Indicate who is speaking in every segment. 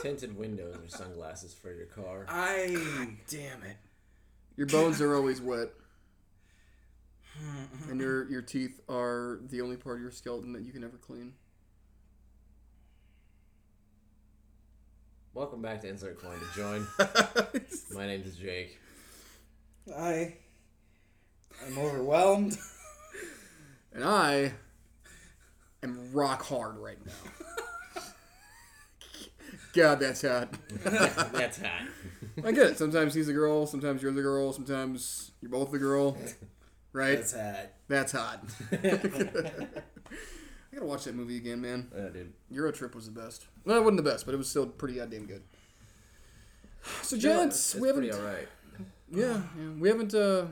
Speaker 1: tinted windows or sunglasses for your car.
Speaker 2: I
Speaker 3: Damn it.
Speaker 4: Your bones are always wet. and your your teeth are the only part of your skeleton that you can ever clean.
Speaker 1: Welcome back to Insert Coin to Join. My name is Jake.
Speaker 3: I. I'm overwhelmed.
Speaker 4: And I am rock hard right now. God, that's hot.
Speaker 1: That's hot.
Speaker 4: I get it. Sometimes he's the girl, sometimes you're the girl, sometimes you're both the girl. Right?
Speaker 3: That's hot.
Speaker 4: That's hot. I gotta watch that movie again, man.
Speaker 1: Yeah, dude.
Speaker 4: Euro Trip was the best. Well, it wasn't the best, but it was still pretty goddamn good. So,
Speaker 1: Yeah,
Speaker 4: gents,
Speaker 1: it's, it's
Speaker 4: we haven't,
Speaker 1: pretty alright.
Speaker 4: yeah, yeah, we haven't, uh,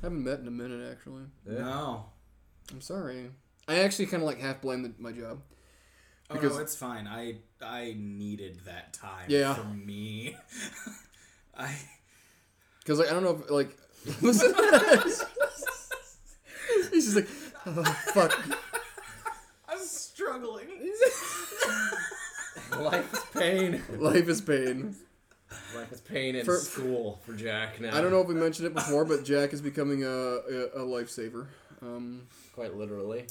Speaker 4: haven't met in a minute. Actually,
Speaker 1: Yeah.
Speaker 3: No.
Speaker 4: I'm sorry. I actually kind of like half blame the, my job.
Speaker 3: Oh
Speaker 4: Because-
Speaker 3: no, it's fine. I I needed that time
Speaker 4: Yeah.
Speaker 3: for me. I
Speaker 4: Because like I don't know if like listen. He's just like, oh, fuck.
Speaker 3: I was struggling.
Speaker 1: Life is pain.
Speaker 4: Life is pain.
Speaker 1: Life is pain in
Speaker 4: For-
Speaker 1: school for Jack now.
Speaker 4: I don't know if we mentioned it before, but Jack is becoming a a, a lifesaver. Um,
Speaker 1: Quite literally.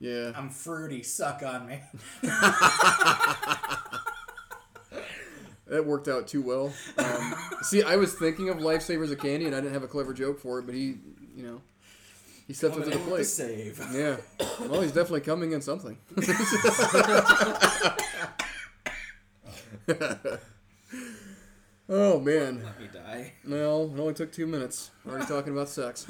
Speaker 4: yeah.
Speaker 3: I'm fruity. Suck on me.
Speaker 4: That worked out too well. Um, see, I was thinking of lifesavers of candy, and I didn't have a clever joke for it, but he, you know, he stepped up to
Speaker 3: Coming in
Speaker 4: the
Speaker 3: with the
Speaker 4: plate.
Speaker 3: save.
Speaker 4: Yeah. Well, he's definitely coming in something. oh man.
Speaker 3: Let me die.
Speaker 4: Well, it only took two minutes. Already talking about sex.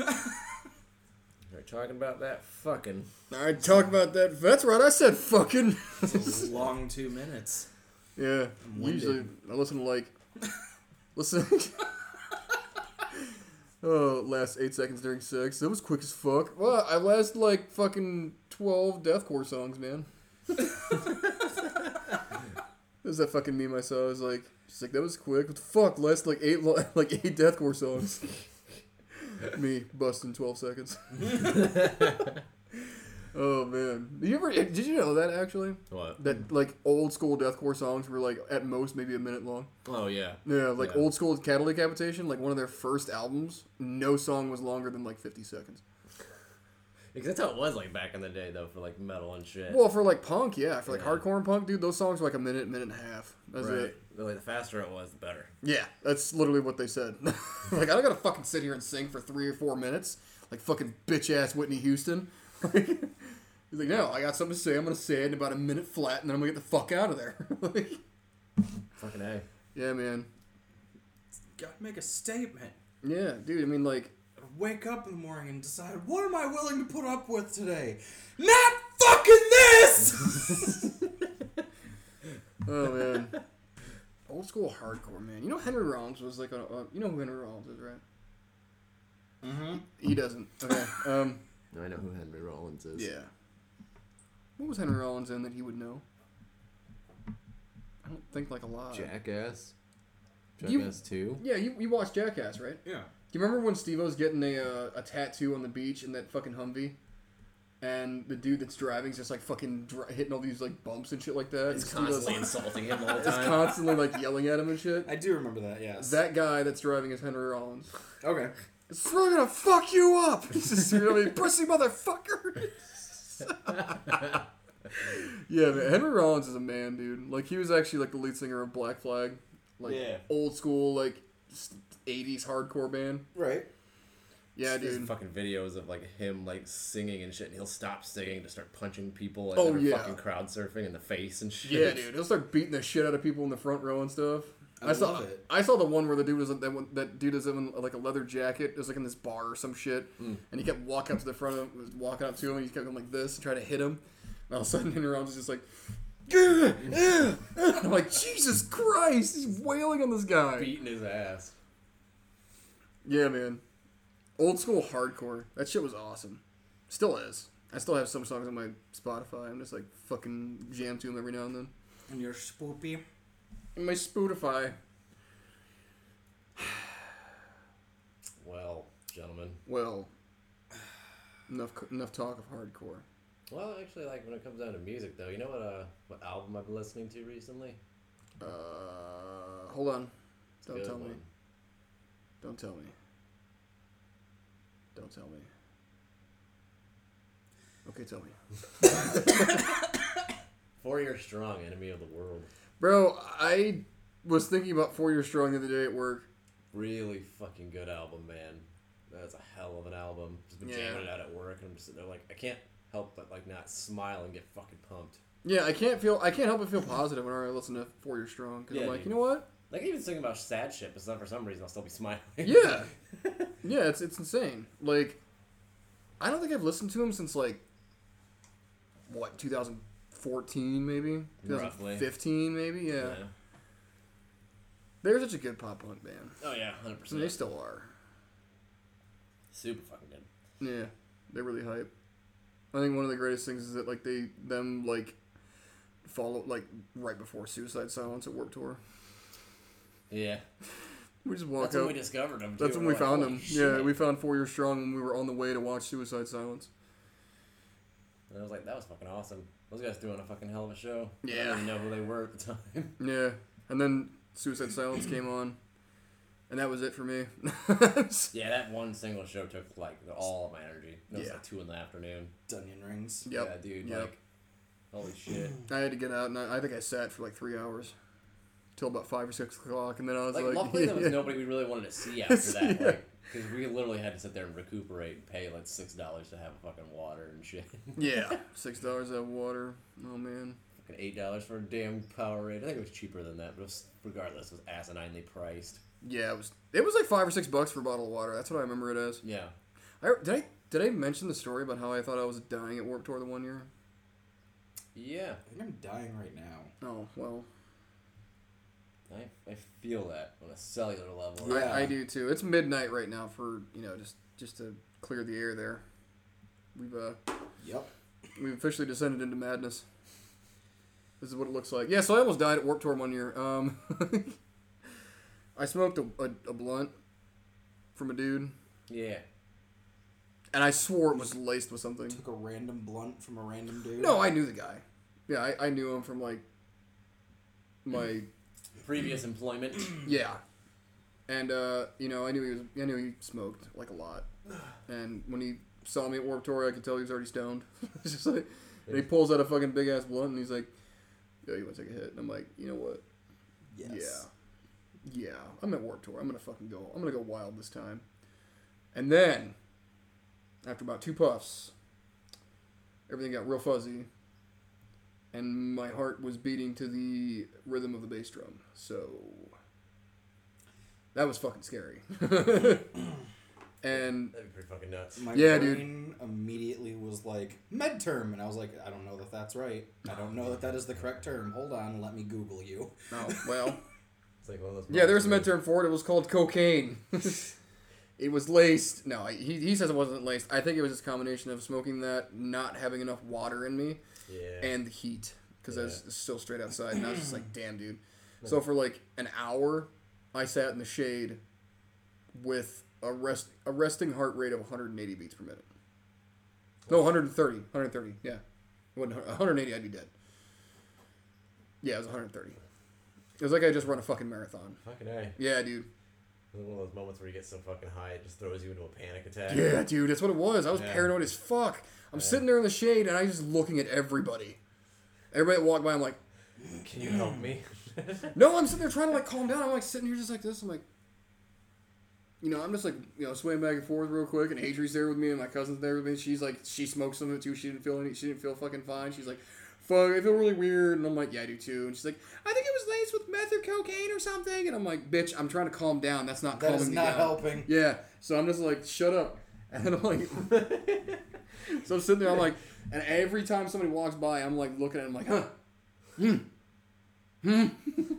Speaker 1: We're talking about that fucking.
Speaker 4: Alright, talk about that. That's right. I said fucking.
Speaker 3: It's a long two minutes.
Speaker 4: Yeah.
Speaker 3: winded.
Speaker 4: Usually, I listen to like, listen. oh, last eight seconds during sex. That was quick as fuck. Well, I last like fucking twelve deathcore songs, man. There's that fucking meme I saw. I was like, she's like, that was quick. What the fuck? Last like eight, lo- like eight deathcore songs. Me busting twelve seconds. oh man, did you ever? Did you know that actually?
Speaker 1: What?
Speaker 4: that like old school deathcore songs were like at most maybe a minute long.
Speaker 1: Oh, yeah.
Speaker 4: Yeah, like
Speaker 1: Yeah.
Speaker 4: old school Cattle Decapitation, like one of their first albums, no song was longer than like 50 seconds.
Speaker 1: Because that's how it was like back in the day, though, for like metal and shit.
Speaker 4: Well, for like punk, yeah, for like
Speaker 1: Yeah.
Speaker 4: hardcore and punk, dude, those songs were like a minute, minute and a half. That's
Speaker 1: right.
Speaker 4: it.
Speaker 1: The, like, the faster it was, the better.
Speaker 4: Yeah, that's literally what they said. like I don't gotta fucking sit here and sing for three or four minutes, like fucking bitch ass Whitney Houston. Like, He's like, no, I got something to say. I'm gonna say it in about a minute flat, and then I'm gonna get the fuck out of there. like,
Speaker 1: Fucking A.
Speaker 4: yeah, man.
Speaker 3: Gotta make a statement.
Speaker 4: Yeah, dude. I mean, like,
Speaker 3: Wake up in the morning and decide what am I willing to put up with today? Not fucking this.
Speaker 4: Oh man, old school hardcore man. You know Henry Rollins was like a, a you know who Henry Rollins is, right?
Speaker 3: mm-hmm.
Speaker 4: He doesn't. Okay. Um.
Speaker 1: No, I know who Henry Rollins is.
Speaker 4: Yeah. What was Henry Rollins in that he would know? I don't think like a lot.
Speaker 1: Jackass.
Speaker 4: You-
Speaker 1: Jackass 2.
Speaker 4: Yeah, you, you watched Jackass, right?
Speaker 3: Yeah.
Speaker 4: Do you remember when Steve O's getting a uh, a tattoo on the beach in that fucking Humvee? And the dude that's driving's just like fucking dri- hitting all these like bumps and shit like that.
Speaker 1: It's
Speaker 4: and Steve-O's,
Speaker 1: constantly insulting him all the
Speaker 4: it's
Speaker 1: time.
Speaker 4: constantly like yelling at him and shit.
Speaker 3: I do remember that. Yes.
Speaker 4: That guy that's driving is Henry Rollins.
Speaker 3: okay.
Speaker 4: It's really gonna fuck you up. He's just really prissy motherfucker. yeah, man. Henry Rollins is a man, dude. Like he was actually like the lead singer of Black Flag, like
Speaker 3: Yeah.
Speaker 4: old school like s- '80s hardcore band.
Speaker 3: Right.
Speaker 4: Yeah,
Speaker 1: There's
Speaker 4: dude.
Speaker 1: fucking videos of like him like singing and shit, and he'll stop singing to start punching people like
Speaker 4: Oh,
Speaker 1: they're
Speaker 4: yeah.
Speaker 1: fucking crowd surfing in the face and shit.
Speaker 4: Yeah, dude. He'll start beating the shit out of people in the front row and stuff.
Speaker 3: I
Speaker 4: saw
Speaker 3: love it.
Speaker 4: I saw the one where the dude was in- that one, that dude is in like a leather jacket. It was like in this bar or some shit,
Speaker 3: Mm.
Speaker 4: and he kept walking up to the front of him, walking up to him, and he kept going like this and trying to hit him. And all of a sudden, Henry Rollins is just like, "Gah, eh, eh." I'm like, Jesus Christ, he's wailing on this guy.
Speaker 1: Beating his ass.
Speaker 4: Yeah, man. Old school hardcore. That shit was awesome. Still is. I still have some songs on my Spotify. I'm just like fucking jam to them every now and then.
Speaker 3: And you're spoopy.
Speaker 4: And my Spotify.
Speaker 1: Well, gentlemen.
Speaker 4: Well, enough enough talk of hardcore.
Speaker 1: Well, actually, like when it comes down to music, though, you know what? Uh, what album I've been listening to recently?
Speaker 4: Uh, hold on. Don't
Speaker 1: Good
Speaker 4: tell me.
Speaker 1: one.
Speaker 4: Don't tell me. Don't tell me. Okay, tell me.
Speaker 1: Four year strong, enemy of the world.
Speaker 4: Bro, I was thinking about Four Year Strong the other day at work.
Speaker 1: Really fucking good album, man. That's a hell of an album. Just been
Speaker 4: Yeah.
Speaker 1: jamming it out at work, and I'm just sitting there like, I can't help but like not smile and get fucking pumped.
Speaker 4: Yeah, I can't feel. I can't help but feel positive whenever I listen to Four Year Strong because
Speaker 1: Yeah,
Speaker 4: I'm like,
Speaker 1: dude.
Speaker 4: you know what?
Speaker 1: Like even thinking about sad shit, but some- for some reason I'll still be smiling.
Speaker 4: Yeah, yeah, it's it's insane. Like, I don't think I've listened to him since like what 2014 maybe
Speaker 1: Roughly.
Speaker 4: 2015 maybe. Yeah.
Speaker 1: Yeah.
Speaker 4: they're such a good pop punk band.
Speaker 1: Oh yeah, hundred
Speaker 4: And they
Speaker 1: percent.
Speaker 4: still are.
Speaker 1: Super fucking good.
Speaker 4: Yeah, they're really hype. I think one of the greatest things is that like they them like follow like right before Suicide Silence at Warp Tour.
Speaker 1: Yeah.
Speaker 4: We just walk
Speaker 1: That's
Speaker 4: out.
Speaker 1: when we discovered them.
Speaker 4: That's when we found him. Yeah, we found Four Year Strong when we were on the way to watch Suicide Silence.
Speaker 1: And I was like, that was fucking awesome. Those guys doing a fucking hell of a show. I
Speaker 4: Yeah.
Speaker 1: didn't even know who they were at the time.
Speaker 4: Yeah, and then Suicide Silence came on, and that was it for me. yep.
Speaker 1: yeah, that one single show took like all of my energy. It was
Speaker 4: Yeah.
Speaker 1: like two in the afternoon.
Speaker 3: Dunyan rings.
Speaker 1: Yeah, dude.
Speaker 4: Yep.
Speaker 1: Like, holy shit.
Speaker 4: I had to get out, and I, I think I sat for like three hours, till about five or six o'clock, and then I was
Speaker 1: Like,
Speaker 4: like,
Speaker 1: luckily there was
Speaker 4: yeah.
Speaker 1: nobody we really wanted to see after that.
Speaker 4: Yeah.
Speaker 1: Like, because we literally had to sit there and recuperate and pay like six dollars to have fucking water and shit.
Speaker 4: yeah, six dollars out of water. Oh man.
Speaker 1: fucking eight dollars for a damn Powerade. I think it was cheaper than that, but it was, regardless, it was asininely priced.
Speaker 4: Yeah, it was. It was like five or six bucks for a bottle of water. That's what I remember it as.
Speaker 1: Yeah.
Speaker 4: I, did I did I mention the story about how I thought I was dying at Warp Tour the one year?
Speaker 1: Yeah.
Speaker 3: I think I'm dying right now.
Speaker 4: Oh well,
Speaker 1: I, I feel that on a cellular level.
Speaker 3: Yeah.
Speaker 4: I, I do too. It's midnight right now for you know just just to clear the air there. We've uh
Speaker 3: Yep.
Speaker 4: We've officially descended into madness. This is what it looks like. Yeah, so I almost died at Warp Tour one year. Um, I smoked a, a, a blunt from a dude,
Speaker 1: Yeah.
Speaker 4: and I swore it was laced with something.
Speaker 3: Took a random blunt from a random dude.
Speaker 4: No, I knew the guy. Yeah, I, I knew him from like my
Speaker 1: Previous employment.
Speaker 4: yeah, and uh, you know I knew he was I knew he smoked like a lot, and when he saw me at Warp Tour, I could tell he was already stoned. it's just like, and he pulls out a fucking big ass blunt, and he's like, "Yo, you want to take a hit?" And I'm like, "You know what?"
Speaker 3: Yes.
Speaker 4: Yeah. Yeah. I'm at Warp Tour. I'm gonna fucking go. I'm gonna go wild this time. And then, after about two puffs, everything got real fuzzy, and my heart was beating to the rhythm of the bass drum. So that was fucking scary. and
Speaker 1: That'd be pretty fucking nuts.
Speaker 3: My
Speaker 4: Yeah, dude.
Speaker 3: brain immediately was like med term, and I was like, I don't know that that's right. I don't know that that is the correct term. Hold on, let me Google you.
Speaker 4: oh well.
Speaker 1: It's like one of those
Speaker 4: Yeah, there was a midterm for it. It was called cocaine. it was laced. No, I- he, he says it wasn't laced. I think it was just a combination of smoking that, not having enough water in me,
Speaker 1: Yeah.
Speaker 4: and the heat. Because I was
Speaker 1: Yeah.
Speaker 4: still straight outside, and I was just like, damn, dude. So for like an hour, I sat in the shade with a, rest, a resting heart rate of 180 beats per minute. No, 130. 130, yeah. It wasn't 180, I'd be dead. Yeah, it was 130. It was like I just run a fucking marathon.
Speaker 1: fucking A.
Speaker 4: Yeah, dude.
Speaker 1: One of those moments where you get so fucking high, it just throws you into a panic attack.
Speaker 4: Yeah, dude, that's what it was. I was
Speaker 1: Yeah.
Speaker 4: paranoid as fuck. I'm sitting there in the shade and I just looking at everybody. Everybody that walked by, I'm like,
Speaker 1: Can you help me?
Speaker 4: no, I'm sitting there trying to like calm down. I'm like sitting here just like this. I'm like, you know, I'm just like, you know, swaying back and forth real quick. And Adri's there with me, and my cousin's there with me. She's like, she smoked some of it too. She didn't feel any. She didn't feel fucking fine. She's like, fuck, I feel really weird. And I'm like, yeah, I do too. And she's like, I think it was laced with meth or cocaine or something. And I'm like, bitch, I'm trying to calm down. That's not
Speaker 3: That
Speaker 4: calming
Speaker 3: is
Speaker 4: me
Speaker 3: not
Speaker 4: down.
Speaker 3: helping.
Speaker 4: Yeah. So I'm just like, shut up. And then I'm like, so I'm sitting there, I'm like, and every time somebody walks by, I'm like looking at him like, huh, hmm, hmm.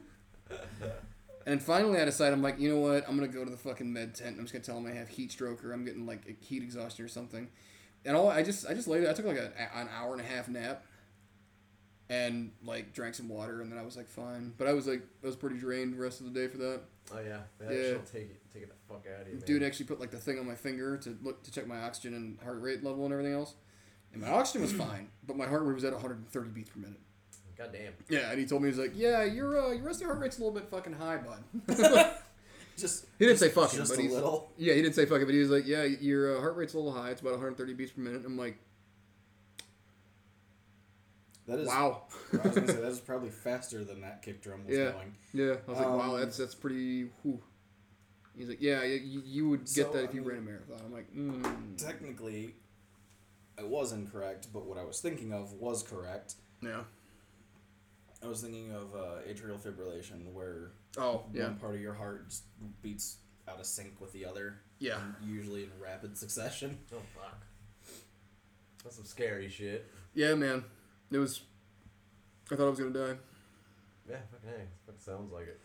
Speaker 4: and finally I decide, I'm like, you know what? I'm going to go to the fucking med tent and I'm just going to tell them I have heat stroke or I'm getting like heat exhaustion or something. And all I just, I just laid there, I took like a, an hour and a half nap and like drank some water and then I was like, fine. But I was like, I was pretty drained the rest of the day for that.
Speaker 1: Oh yeah. That
Speaker 4: Yeah.
Speaker 1: shit'll take it take it the fuck out of you. Man.
Speaker 4: Dude actually put like the thing on my finger to look to check my oxygen and heart rate level and everything else. And my oxygen was fine, but my heart rate was at 130 beats per minute.
Speaker 1: Oh Goddamn.
Speaker 4: Yeah, and he told me he's like, yeah, your uh, your resting heart rate's a little bit fucking high, bud.
Speaker 3: Just
Speaker 4: He didn't say fucking,
Speaker 3: just
Speaker 4: but
Speaker 3: a
Speaker 4: he's,
Speaker 3: little.
Speaker 4: Yeah, he didn't say fucking, but he was like, yeah, your uh, heart rate's a little high. It's about 130 beats per minute. I'm like,
Speaker 3: That is
Speaker 4: wow.
Speaker 3: I was gonna say that is probably faster than that kick drum was
Speaker 4: Yeah.
Speaker 3: going.
Speaker 4: yeah, I was like, wow,
Speaker 3: Um,
Speaker 4: that's that's pretty. Whew. He's like, yeah, you, you- you would get
Speaker 3: So,
Speaker 4: that if
Speaker 3: I
Speaker 4: you
Speaker 3: mean-
Speaker 4: ran a marathon. I'm like, mm.
Speaker 3: Technically, I was incorrect, but what I was thinking of was correct.
Speaker 4: yeah.
Speaker 3: I was thinking of uh, atrial fibrillation, where
Speaker 4: Oh, yeah,
Speaker 3: one part of your heart just beats out of sync with the other,
Speaker 4: yeah.
Speaker 3: usually in rapid succession.
Speaker 1: Oh fuck. That's some scary shit.
Speaker 4: Yeah, man. It was. I thought I was gonna die,
Speaker 1: Yeah, fucking hey. Fucking sounds like it.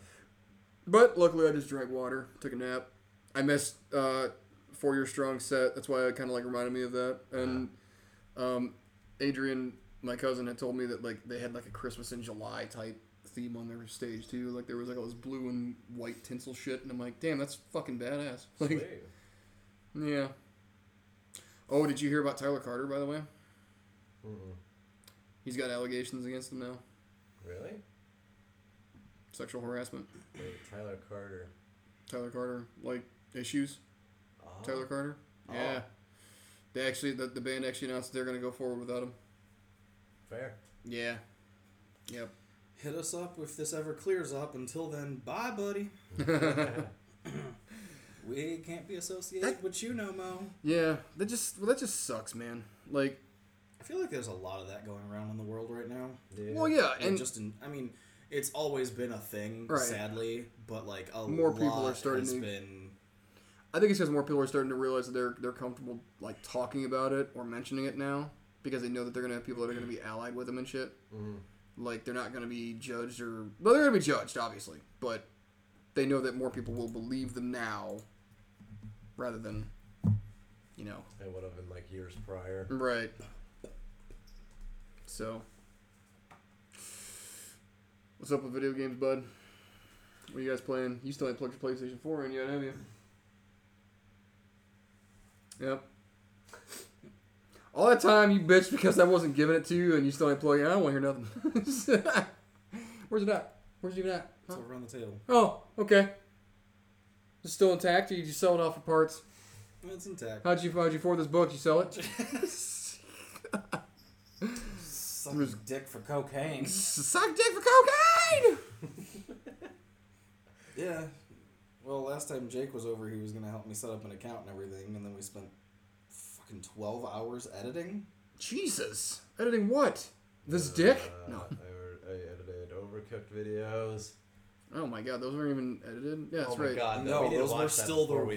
Speaker 4: but luckily I just drank water, took a nap. I missed uh, four year strong set. That's why it kind of like reminded me of that. And um, Adrian, my cousin, had told me that like they had like a Christmas in July type theme on their stage too. Like there was like all this blue and white tinsel shit, and I'm like, damn, that's fucking badass. Like,
Speaker 1: Sweet.
Speaker 4: yeah. Oh, did you hear about Tyler Carter by the way?
Speaker 1: Mm-mm.
Speaker 4: He's got allegations against him now,
Speaker 1: Really?
Speaker 4: sexual harassment.
Speaker 1: Wait, Tyler Carter.
Speaker 4: Tyler Carter like issues.
Speaker 1: Oh.
Speaker 4: Tyler Carter.
Speaker 1: Oh.
Speaker 4: Yeah. They actually the, the band actually announced they're gonna go forward without him.
Speaker 1: Oh, Fair.
Speaker 4: Yeah. Yep.
Speaker 3: Hit us up if this ever clears up. Until then, bye, buddy. We can't be associated with you no mo.
Speaker 4: Yeah. That just well, that just sucks, man. Like
Speaker 3: I feel like there's a lot of that going around in the world right now.
Speaker 1: Yeah.
Speaker 4: well yeah,
Speaker 3: Like,
Speaker 4: and
Speaker 3: just in, I mean, it's always been a thing,
Speaker 4: Right.
Speaker 3: sadly, but like a
Speaker 4: More
Speaker 3: lot
Speaker 4: people are starting
Speaker 3: has
Speaker 4: to-
Speaker 3: been
Speaker 4: I think it's because more people are starting to realize that they're they're comfortable like talking about it or mentioning it now because they know that they're gonna have people that are gonna be allied with them and shit.
Speaker 1: Mhm.
Speaker 4: Like they're not gonna be judged or well they're gonna be judged obviously, but they know that more people will believe them now rather than you know
Speaker 1: It would have been like years prior.
Speaker 4: Right. So, what's up with video games, bud? What are you guys playing? You still ain't plugged your PlayStation 4 in yet, have you? Yep. All that time you bitched because I wasn't giving it to you, and you still ain't plugging. it. I don't want to hear nothing. Where's it at? Where's it even at?
Speaker 3: it's over on the table.
Speaker 4: Oh, okay. It's still intact, or you just sell it off for parts?
Speaker 3: It's intact.
Speaker 4: How'd you how'd you afford this book? You sell it?
Speaker 3: Sucking dick for cocaine.
Speaker 4: Suck dick for cocaine!
Speaker 3: Yeah. Well, last time Jake was over, he was gonna help me set up an account and everything, and then we spent fucking twelve hours editing.
Speaker 4: Jesus. Editing what? This dick?
Speaker 1: Uh,
Speaker 4: No.
Speaker 1: I, were- I edited overcooked videos.
Speaker 4: Oh my god, those weren't even edited? Yeah, that's
Speaker 1: oh my
Speaker 4: right.
Speaker 1: god,
Speaker 3: No,
Speaker 1: we need to
Speaker 3: those
Speaker 1: watch
Speaker 3: were
Speaker 1: that
Speaker 3: still the
Speaker 1: before we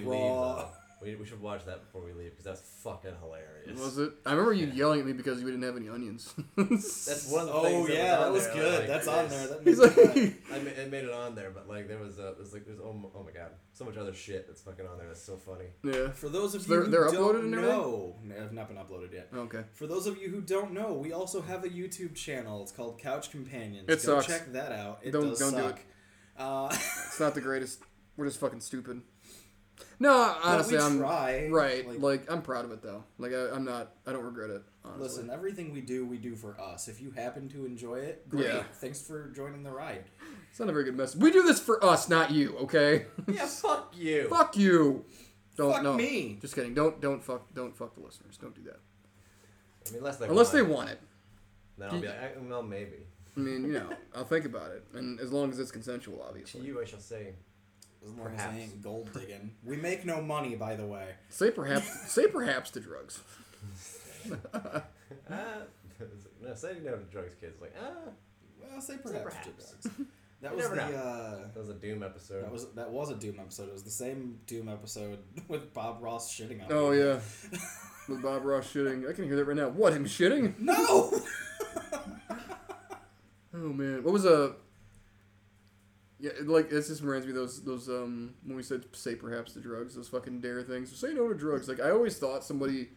Speaker 1: Leave,
Speaker 3: raw-
Speaker 1: though. we, we should watch that before we leave because that's fucking hilarious.
Speaker 4: Was it? I remember you yelling at me because you didn't have any onions.
Speaker 1: That's one of
Speaker 3: Oh,
Speaker 1: the things Oh, that was on there, like,
Speaker 3: That
Speaker 4: He's
Speaker 3: me
Speaker 4: like,
Speaker 3: cry.
Speaker 1: I ma- it made it on there, but like there was a, there's like there's oh, m- oh my god, so much other shit that's fucking on there. That's so funny.
Speaker 4: yeah.
Speaker 3: For those of
Speaker 4: So
Speaker 3: you
Speaker 4: they're-
Speaker 3: who
Speaker 4: they're
Speaker 3: don't
Speaker 4: uploaded and everything?
Speaker 3: know, no, have not been uploaded yet.
Speaker 4: Okay.
Speaker 3: For those of you who don't know, we also have a YouTube channel. It's called Couch Companions. Go
Speaker 4: It sucks.
Speaker 3: Check that out. It
Speaker 4: Don't-
Speaker 3: does
Speaker 4: don't do
Speaker 3: suck. Uh,
Speaker 4: It's not the greatest. We're just fucking stupid. No, honestly,
Speaker 3: but we
Speaker 4: I'm.
Speaker 3: try.
Speaker 4: Right. Like,
Speaker 3: Like,
Speaker 4: I'm proud of it, though. Like, I, I'm not. I don't regret it, honestly.
Speaker 3: listen, everything we do, we do for us. If you happen to enjoy it, great.
Speaker 4: Yeah.
Speaker 3: Thanks for joining the ride.
Speaker 4: It's not a very good message. We do this for us, not you, okay?
Speaker 1: yeah, fuck you.
Speaker 4: fuck you! Don't,
Speaker 3: Fuck
Speaker 4: no.
Speaker 3: me.
Speaker 4: Just kidding. Don't, don't fuck, don't fuck the listeners. Don't do that.
Speaker 1: I mean, unless they
Speaker 4: Unless they
Speaker 1: want,
Speaker 4: want it.
Speaker 1: then I'll be like, I, well, maybe.
Speaker 4: I mean, you know, I'll think about it, and as long as it's consensual,
Speaker 1: To
Speaker 4: obviously.
Speaker 1: you, I shall say,
Speaker 3: As long as I
Speaker 1: Perhaps.
Speaker 3: ain't gold digging. We make no money, by the way.
Speaker 4: Say perhaps, say perhaps to drugs.
Speaker 1: ah, no, say no to drugs, kids. Like ah,
Speaker 3: Well, say perhaps. to
Speaker 1: perhaps.
Speaker 3: drugs. That
Speaker 1: You
Speaker 3: was
Speaker 1: never
Speaker 3: the.
Speaker 1: know.
Speaker 3: Uh,
Speaker 1: that was a Doom episode.
Speaker 3: that was that was a Doom episode. It was the same Doom episode with Bob Ross shitting on.
Speaker 4: Oh
Speaker 3: me.
Speaker 4: yeah, with Bob Ross shitting. I can hear that right now. What him shitting?
Speaker 3: No.
Speaker 4: Oh man, what was a? Yeah, it, like this just reminds me of those those um when we said say perhaps to drugs, those fucking dare things. Say no to drugs. Like I always thought somebody.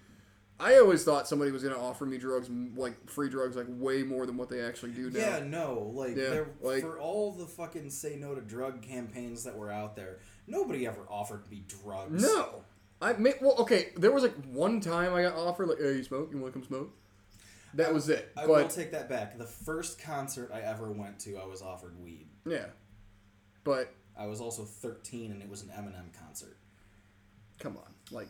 Speaker 4: I always thought somebody was gonna offer me drugs, m- like free drugs, like way more than what they actually do now.
Speaker 3: Yeah, no, like,
Speaker 4: Yeah,
Speaker 3: there
Speaker 4: like-
Speaker 3: for all the fucking say no to drug campaigns that were out there, nobody ever offered me drugs.
Speaker 4: No. I may, well, okay. There was like one time I got offered like, "Hey, you smoke? You want to come smoke?" That was it.
Speaker 3: I will
Speaker 4: but
Speaker 3: take that back. The first concert I ever went to, I was offered weed.
Speaker 4: yeah, but
Speaker 3: I was also 13, and it was an Eminem concert.
Speaker 4: come on, like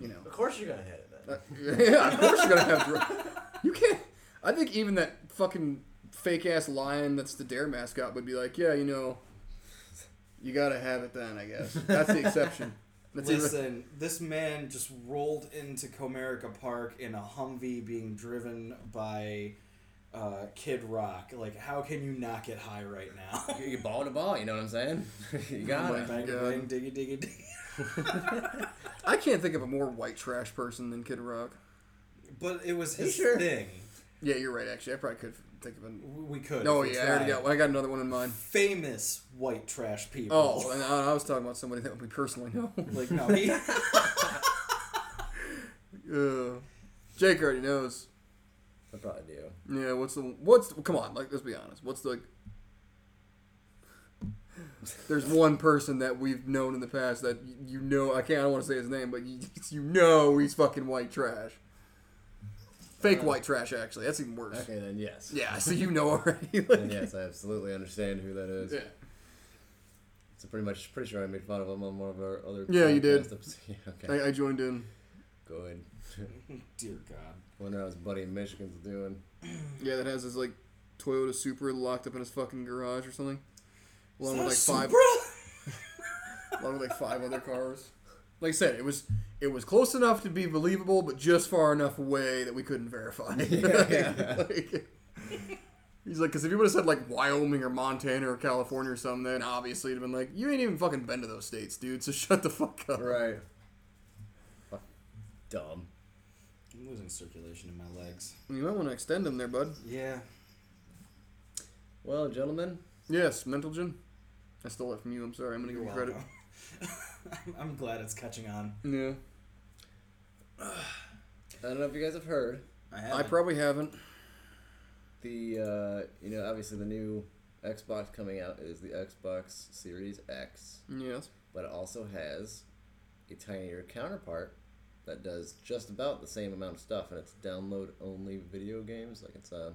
Speaker 4: you know,
Speaker 2: Of course you're gonna hit it then.
Speaker 4: Uh, yeah, of course you're gonna have drugs. You can't. I think even that fucking fake ass lion that's the dare mascot would be like, yeah, you know, you gotta have it then. I guess that's the exception. That's even-
Speaker 3: Listen, this man just rolled into Comerica Park in a Humvee being driven by uh, Kid Rock. Like, how can you not get high right now?
Speaker 1: You ball to ball, you know what I'm saying? you got
Speaker 4: Oh my
Speaker 1: it.
Speaker 3: bang,
Speaker 4: God.
Speaker 3: bang, diggy, diggy, diggy.
Speaker 4: I can't think of a more white trash person than Kid Rock.
Speaker 3: But it was his
Speaker 1: sure?
Speaker 3: thing.
Speaker 4: Yeah, you're right. Actually, I probably could think of
Speaker 3: W-
Speaker 4: a.
Speaker 3: We could.
Speaker 4: No,
Speaker 3: if we
Speaker 4: Oh, yeah, I already
Speaker 3: tried.
Speaker 4: got. I got another one in mind.
Speaker 3: Famous white trash people.
Speaker 4: Oh, and I I was talking about somebody that we personally know.
Speaker 3: like no, he,
Speaker 4: Uh, Jake already knows.
Speaker 1: I probably do.
Speaker 4: Yeah, what's the what's the, come on? Like, let's be honest. What's the there's one person that we've known in the past that y- you know I can't I don't want to say his name, but you, you know he's fucking white trash, fake white trash. Actually, that's even worse.
Speaker 1: Okay, then yes.
Speaker 4: Yeah, so you know already.
Speaker 1: Then
Speaker 4: like-
Speaker 1: yes, I absolutely understand who that is.
Speaker 4: yeah.
Speaker 1: So pretty much, pretty sure I made fun of him on one of our other.
Speaker 4: Yeah, you did.
Speaker 1: podcast episodes. Yeah, okay.
Speaker 4: I, I joined in.
Speaker 1: Good.
Speaker 3: dear God.
Speaker 1: Wonder how his buddy in Michigan's doing.
Speaker 4: Yeah, that has his like Toyota Supra locked up in his fucking garage or something, along with like
Speaker 3: Is that a
Speaker 4: five
Speaker 3: Supra?
Speaker 4: along with like five other cars. Like I said, it was it was close enough to be believable, but just far enough away that we couldn't verify. Like- he's like, because if you would have said like Wyoming or Montana or California or something, then obviously it'd have been like, you ain't even fucking been to those states, dude. So shut the fuck up.
Speaker 1: Right. Dumb.
Speaker 3: I'm losing circulation in my legs.
Speaker 4: You might want to extend them there, bud.
Speaker 3: Yeah.
Speaker 1: Well, gentlemen,
Speaker 4: Yes, mental gin. I stole it from you. I'm sorry. I'm gonna give
Speaker 3: You're
Speaker 4: you credit.
Speaker 3: welcome. I'm- I'm glad it's catching on.
Speaker 4: Yeah,
Speaker 1: I don't know if you guys have heard
Speaker 4: I probably haven't.
Speaker 1: the, uh, you know, obviously the new Xbox coming out is the Xbox Series X,
Speaker 4: Yes.
Speaker 1: but it also has a tinier counterpart that does just about the same amount of stuff, and it's download only video games, like it's uh,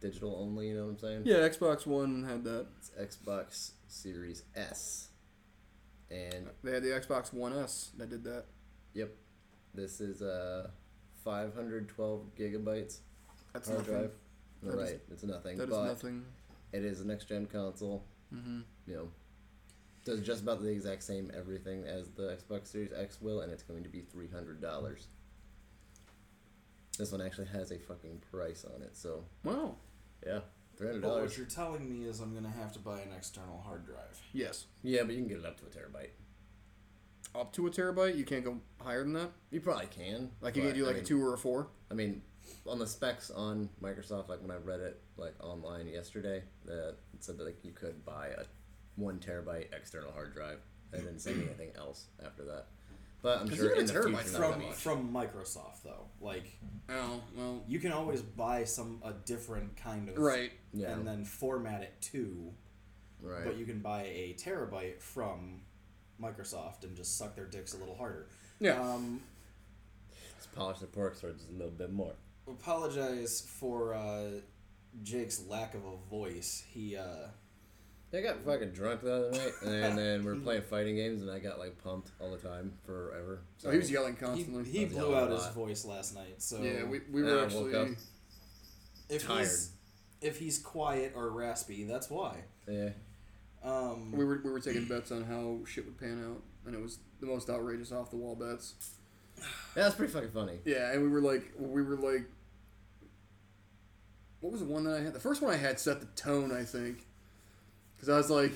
Speaker 1: digital only. You know what I'm saying?
Speaker 4: Yeah, Xbox One had that.
Speaker 1: It's Xbox Series S, and
Speaker 4: They had the Xbox One S that did that.
Speaker 1: yep, this is uh, 512 gigabytes
Speaker 4: That's
Speaker 1: hard
Speaker 4: nothing.
Speaker 1: drive.
Speaker 4: That is-
Speaker 1: right, it's nothing.
Speaker 4: That is
Speaker 1: but
Speaker 4: nothing.
Speaker 1: it is a next gen console.
Speaker 4: Mhm.
Speaker 1: You know, does just about the exact same everything as the Xbox Series X will, and it's going to be three hundred dollars. This one actually has a fucking price on it, so
Speaker 4: Wow.
Speaker 1: yeah, three hundred
Speaker 3: But what
Speaker 1: dollars.
Speaker 3: you're telling me is I'm gonna have to buy an external hard drive.
Speaker 4: Yes.
Speaker 1: Yeah, but you can get it up to a terabyte.
Speaker 4: Up to a terabyte, you can't go higher than that.
Speaker 1: You probably can.
Speaker 4: Like you
Speaker 1: but,
Speaker 4: can do like
Speaker 1: I mean,
Speaker 4: a two or a four.
Speaker 1: I mean, on the specs on Microsoft, like when I read it like online yesterday, uh, it said that like you could buy a one terabyte external hard drive. They didn't say anything else after that. But I'm
Speaker 4: 'Cause
Speaker 1: sure in
Speaker 4: even a
Speaker 1: the
Speaker 4: terabyte's
Speaker 1: future, not that
Speaker 3: From
Speaker 1: much.
Speaker 3: from Microsoft though, like
Speaker 4: Oh well.
Speaker 3: you can always buy some a different kind of
Speaker 4: Right.
Speaker 1: Yeah.
Speaker 3: and then format it to,
Speaker 1: right.
Speaker 3: but you can buy a terabyte from Microsoft and just suck their dicks a little harder.
Speaker 4: Yeah.
Speaker 3: Um,
Speaker 1: Just polish the pork sword just a little bit more.
Speaker 3: apologize for uh, Jake's lack of a voice. He uh,
Speaker 1: I got fucking drunk the other night, and then we were playing fighting games, and I got like pumped all the time forever.
Speaker 4: So he was yelling
Speaker 3: he,
Speaker 4: constantly.
Speaker 3: he
Speaker 1: That's
Speaker 3: blew
Speaker 1: a
Speaker 3: out his
Speaker 1: lot.
Speaker 3: voice last night. So
Speaker 4: yeah, we, we
Speaker 1: Yeah,
Speaker 4: were
Speaker 1: Oh. I
Speaker 4: actually.
Speaker 1: woke up.
Speaker 3: if
Speaker 1: tired.
Speaker 3: He's, if he's quiet or raspy, that's why.
Speaker 1: Yeah.
Speaker 3: Um,
Speaker 4: We were we were taking bets on how shit would pan out, and it was the most outrageous off the wall bets.
Speaker 1: That was pretty fucking funny.
Speaker 4: Yeah, and we were like we were like. What was the one that I had? The first one I had set the tone, I think, because I was like,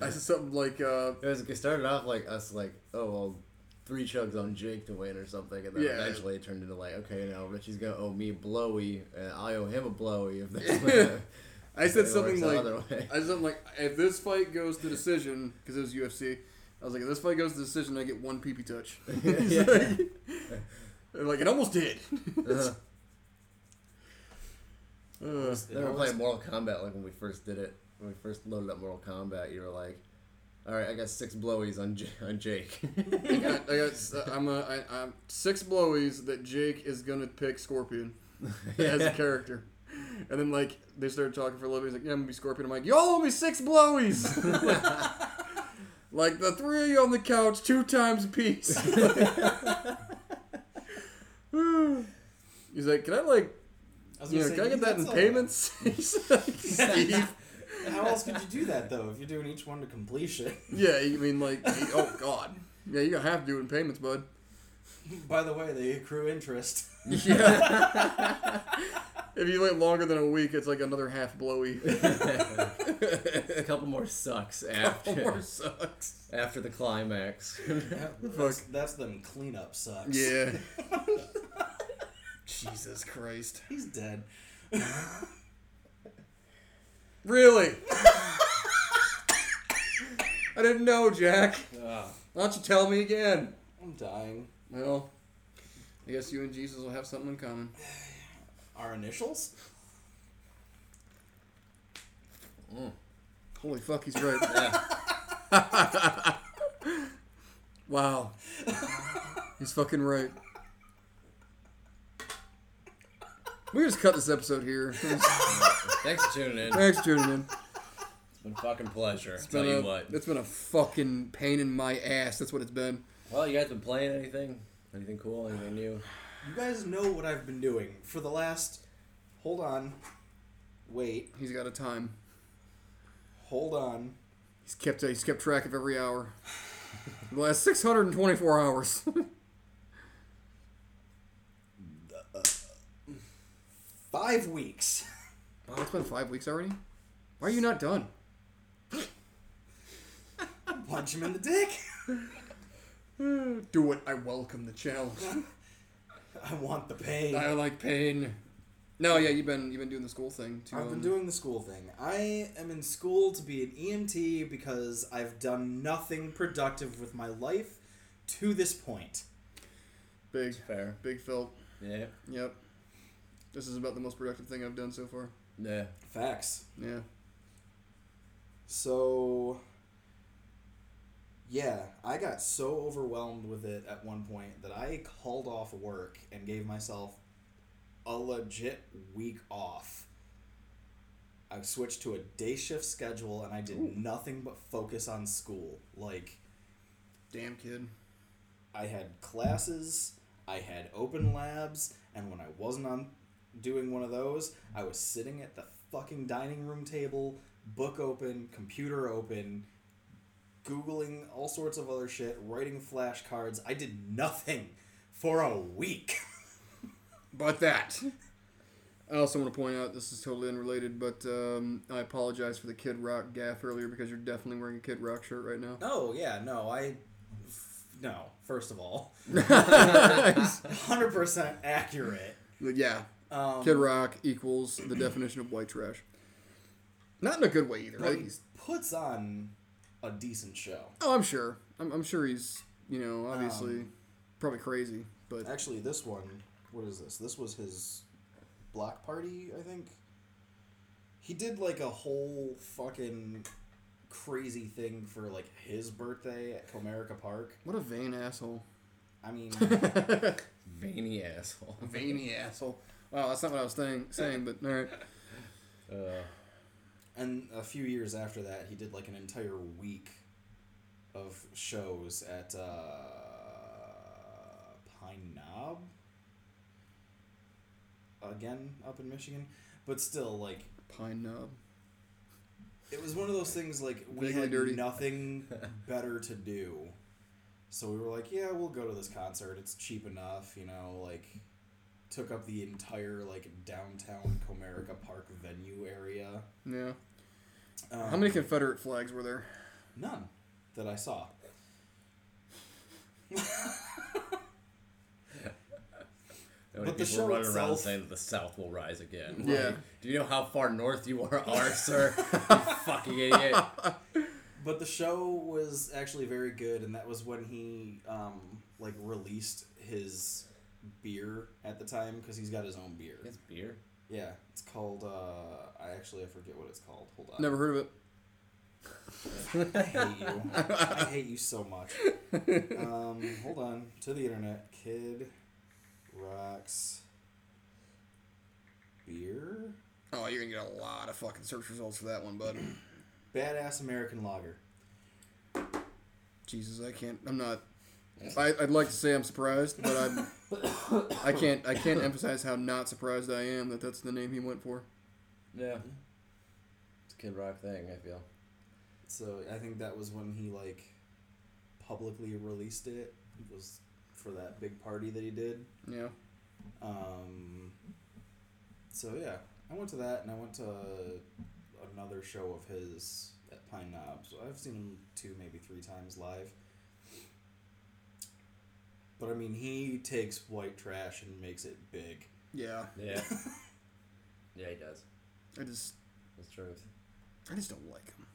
Speaker 4: I said something like, uh,
Speaker 1: It was. It started off like us, like oh well, three chugs on Jake to win or something, and then
Speaker 4: Yeah.
Speaker 1: eventually it turned into like okay now Richie's gonna owe me a blowy, and I owe him a blowy if that's what
Speaker 4: I said
Speaker 1: It works
Speaker 4: something
Speaker 1: the
Speaker 4: like,
Speaker 1: other way.
Speaker 4: I said something like, if this fight goes to decision, because it was UFC, I was like, if this fight goes to decision, I get one pee pee touch.
Speaker 1: Yeah.
Speaker 4: And, like it almost did.
Speaker 1: Uh,
Speaker 4: Uh,
Speaker 3: it
Speaker 1: then we're
Speaker 3: always-
Speaker 1: playing Mortal Kombat like when we first did it. When we first loaded up Mortal Kombat, you were like, "All right, I got six blowies on J- on Jake."
Speaker 4: I got, I got, I'm, a, I, I'm six blowies that Jake is gonna pick Scorpion. as a character. And then like they started talking for a little bit. He's like, "Yeah, I'm gonna be Scorpion." I'm like, "Y'all owe me six blowies." like the three of you on the couch, two times a piece. He's like, "Can I like,
Speaker 3: I was
Speaker 4: you know,
Speaker 3: gonna say,
Speaker 4: can I get that in
Speaker 3: that's a-
Speaker 4: payments?" He's like, Steve.
Speaker 3: How else could you do that though? If you're doing each one to completion.
Speaker 4: Yeah, I mean, like, oh god, yeah, you're gonna have to do it in payments, bud.
Speaker 3: By the way, they accrue interest.
Speaker 4: Yeah. if you wait longer than a week, it's like another half blowy.
Speaker 1: a couple more sucks after
Speaker 4: More sucks.
Speaker 1: after the climax.
Speaker 3: that's, that's them cleanup sucks.
Speaker 4: Yeah. Jesus Christ.
Speaker 3: He's dead.
Speaker 4: Really? I didn't know, Jack.
Speaker 3: Ugh,
Speaker 4: Why don't you tell me again?
Speaker 3: I'm dying.
Speaker 4: Well, I guess you and Jesus will have something in common.
Speaker 3: Our initials?
Speaker 4: Holy fuck, he's right. wow. He's fucking right. We just cut this episode here.
Speaker 1: Thanks for tuning in. It's
Speaker 4: Thanks for tuning in.
Speaker 1: been a fucking pleasure.
Speaker 4: It's
Speaker 1: Tell
Speaker 4: been
Speaker 1: you
Speaker 4: a-
Speaker 1: what.
Speaker 4: It's been a fucking pain in my ass. That's what it's been.
Speaker 1: Well, you guys been playing anything? Anything cool? Anything new?
Speaker 3: You guys know what I've been doing for the last. Hold on. Wait.
Speaker 4: He's got a time.
Speaker 3: Hold on.
Speaker 4: He's kept uh, he's kept track of every hour. The last 624 hours.
Speaker 3: Five weeks.
Speaker 4: wow, it's been five weeks already. Why are you not done?
Speaker 3: Punch him in the dick.
Speaker 4: Do it. I welcome the challenge.
Speaker 3: I want the pain.
Speaker 4: I like pain. No, yeah, you've been you've been doing the school thing too.
Speaker 3: I've
Speaker 4: um,
Speaker 3: been doing the school thing. I am in school to be an EMT because I've done nothing productive with my life to this point.
Speaker 4: big,
Speaker 1: Fair.
Speaker 4: big Phil.
Speaker 1: Yeah.
Speaker 4: Yep. This is about the most productive thing I've done so far.
Speaker 1: Yeah.
Speaker 3: Facts.
Speaker 4: Yeah.
Speaker 3: So yeah, I got so overwhelmed with it at one point that I called off work and gave myself a legit week off. I switched to a day shift schedule and I did nothing but focus on school. Like
Speaker 4: Damn kid.
Speaker 3: I had classes, I had open labs, and when I wasn't on doing one of those, I was sitting at the fucking dining room table, book open, computer open, googling all sorts of other shit, writing flashcards. I did nothing for a week.
Speaker 4: But that. I also want to point out this is totally unrelated, but um, I apologize for the Kid Rock gaff earlier because you're definitely wearing a Kid Rock shirt right now.
Speaker 3: Oh yeah, no, I f- no, first of all,
Speaker 4: But
Speaker 3: 100% accurate.
Speaker 4: yeah,
Speaker 3: Um,
Speaker 4: Kid Rock equals the definition of white trash. Not in a good way either. I
Speaker 3: but
Speaker 4: think
Speaker 3: he
Speaker 4: he's,
Speaker 3: puts on a decent show.
Speaker 4: oh, I'm sure. I'm, I'm sure he's you know obviously probably crazy, but
Speaker 3: Actually, this one, what is this? This was his block party, I think. He did like a whole fucking crazy thing for like his birthday at Comerica Park.
Speaker 4: what a vain asshole.
Speaker 3: I mean,
Speaker 1: Veiny asshole.
Speaker 4: Veiny asshole. Wow, that's not what I was saying. Saying, but all right.
Speaker 1: Uh,
Speaker 3: and a few years after that, he did like an entire week of shows at uh, Pine Knob. Again, up in Michigan. But still, like,
Speaker 4: Pine knob.
Speaker 3: It was one of those things like we
Speaker 4: Vaguely
Speaker 3: had
Speaker 4: dirty.
Speaker 3: nothing better to do. So we were like, yeah, we'll go to this concert. It's cheap enough, you know, like took up the entire like downtown Comerica Park venue area.
Speaker 4: Yeah.
Speaker 3: Um,
Speaker 4: How many Confederate flags were there?
Speaker 3: None that I saw.
Speaker 1: how many
Speaker 3: But the
Speaker 1: people
Speaker 3: show
Speaker 1: running around
Speaker 3: itself-
Speaker 1: saying that the South will rise again.
Speaker 4: Yeah.
Speaker 1: Like, do you know how far north you are, are sir? you fucking idiot.
Speaker 3: But the show was actually very good, and that was when he um, like released his beer at the time because he's got his own beer.
Speaker 1: It's beer.
Speaker 3: Yeah, it's called. Uh, I actually I forget what it's called. Hold on.
Speaker 4: Never heard of it.
Speaker 3: I hate you. I hate you so much. Um, hold on to the internet. Kid rocks beer.
Speaker 4: Oh, you're gonna get a lot of fucking search results for that one, bud.
Speaker 3: Badass American Lager.
Speaker 4: Jesus, I can't. I'm not. I, I'd like to say I'm surprised, but I'm. I can't. I can't emphasize how not surprised I am that that's the name he went for.
Speaker 1: Yeah.
Speaker 3: Mm-hmm.
Speaker 1: It's a Kid Rock thing, I feel.
Speaker 3: So I think that was when he like publicly released it. Was for that big party that he did.
Speaker 4: Yeah.
Speaker 3: Um, so yeah, I went to that, and I went to another show of his at Pine Knob. So I've seen him two, maybe three times live. But I mean, he takes white trash and makes it big.
Speaker 4: Yeah.
Speaker 1: Yeah. yeah, he does.
Speaker 4: I just.
Speaker 1: That's truth.
Speaker 4: I just don't like him.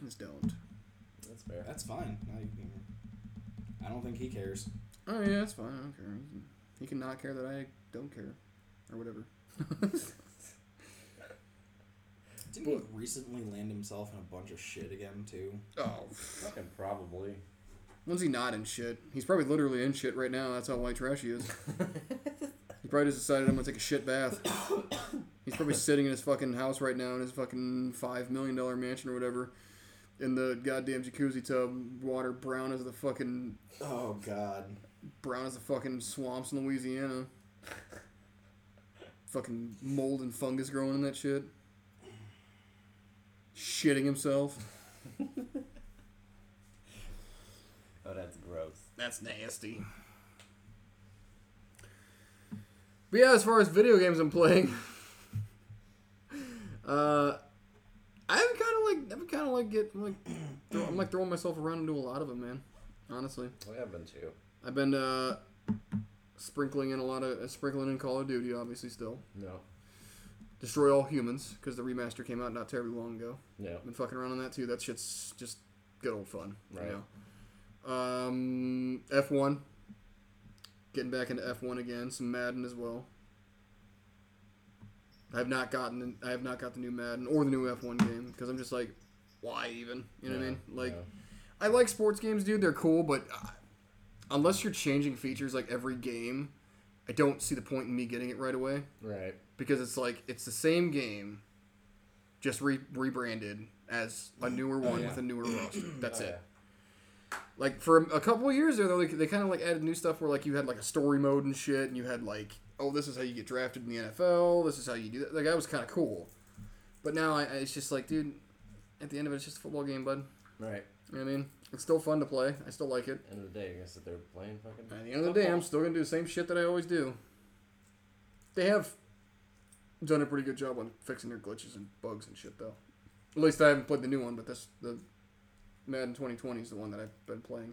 Speaker 4: I just don't.
Speaker 1: That's fair.
Speaker 3: That's fine. I, I don't think he cares.
Speaker 4: Oh yeah, that's fine. I don't care. He can, he can not care that I don't care, or whatever.
Speaker 3: Didn't he
Speaker 4: But-
Speaker 3: recently land himself in a bunch of shit again too?
Speaker 4: oh.
Speaker 1: Fucking probably.
Speaker 4: When's he not in shit? He's probably literally in shit right now. That's how white trash he is. he probably just decided I'm gonna take a shit bath. He's probably sitting in his fucking house right now in his fucking five million dollar mansion or whatever, in the goddamn jacuzzi tub, water brown as the fucking
Speaker 3: Oh God.
Speaker 4: brown as the fucking swamps in Louisiana. fucking mold and fungus growing in that shit. Shitting himself.
Speaker 1: Oh, that's gross.
Speaker 4: That's nasty. But yeah, as far as video games I'm playing, uh, I'm kind of like I'm kind of like get I'm like throw, I'm like throwing myself around into a lot of them, man. Honestly,
Speaker 1: What happened to you?
Speaker 4: I've been uh, sprinkling in a lot of uh, sprinkling in Call of Duty, obviously still.
Speaker 1: No.
Speaker 4: Destroy All Humans because the remaster came out not terribly long ago.
Speaker 1: No.
Speaker 4: I've been fucking around on that too. That shit's just good old fun. Right.
Speaker 1: Right.
Speaker 4: Um, F one. Getting back into F one again. Some Madden as well. I have not gotten. I have not got the new Madden or the new F one game because I'm just like, why even? You know what I mean? Like, I like sports games, dude. They're cool, but uh, unless you're changing features like every game, I don't see the point in me getting it right away
Speaker 1: Right.
Speaker 4: because it's like it's the same game, just re- rebranded as a newer one
Speaker 1: Mm. Oh, yeah.
Speaker 4: with a newer roster. That's
Speaker 1: Oh,
Speaker 4: it. Like for a couple of years there, though, like, they kind of like added new stuff where like you had like a story mode and shit, and you had like oh this is how you get drafted in the NFL, this is how you do that. Like that was kind of cool, but now I, I, it's just like dude, at the end of it, it's just a football game, bud.
Speaker 1: yeah. Right.
Speaker 4: You know what I mean? It's still fun to play. I still like it.
Speaker 1: End of the day, you're gonna sit there playing fucking.
Speaker 4: At the end of the day, I'm still gonna do the same shit that I always do. They have done a pretty good job on fixing their glitches and bugs and shit, though. At least I haven't played the new one, but this the Madden 2020 is the one that I've been playing.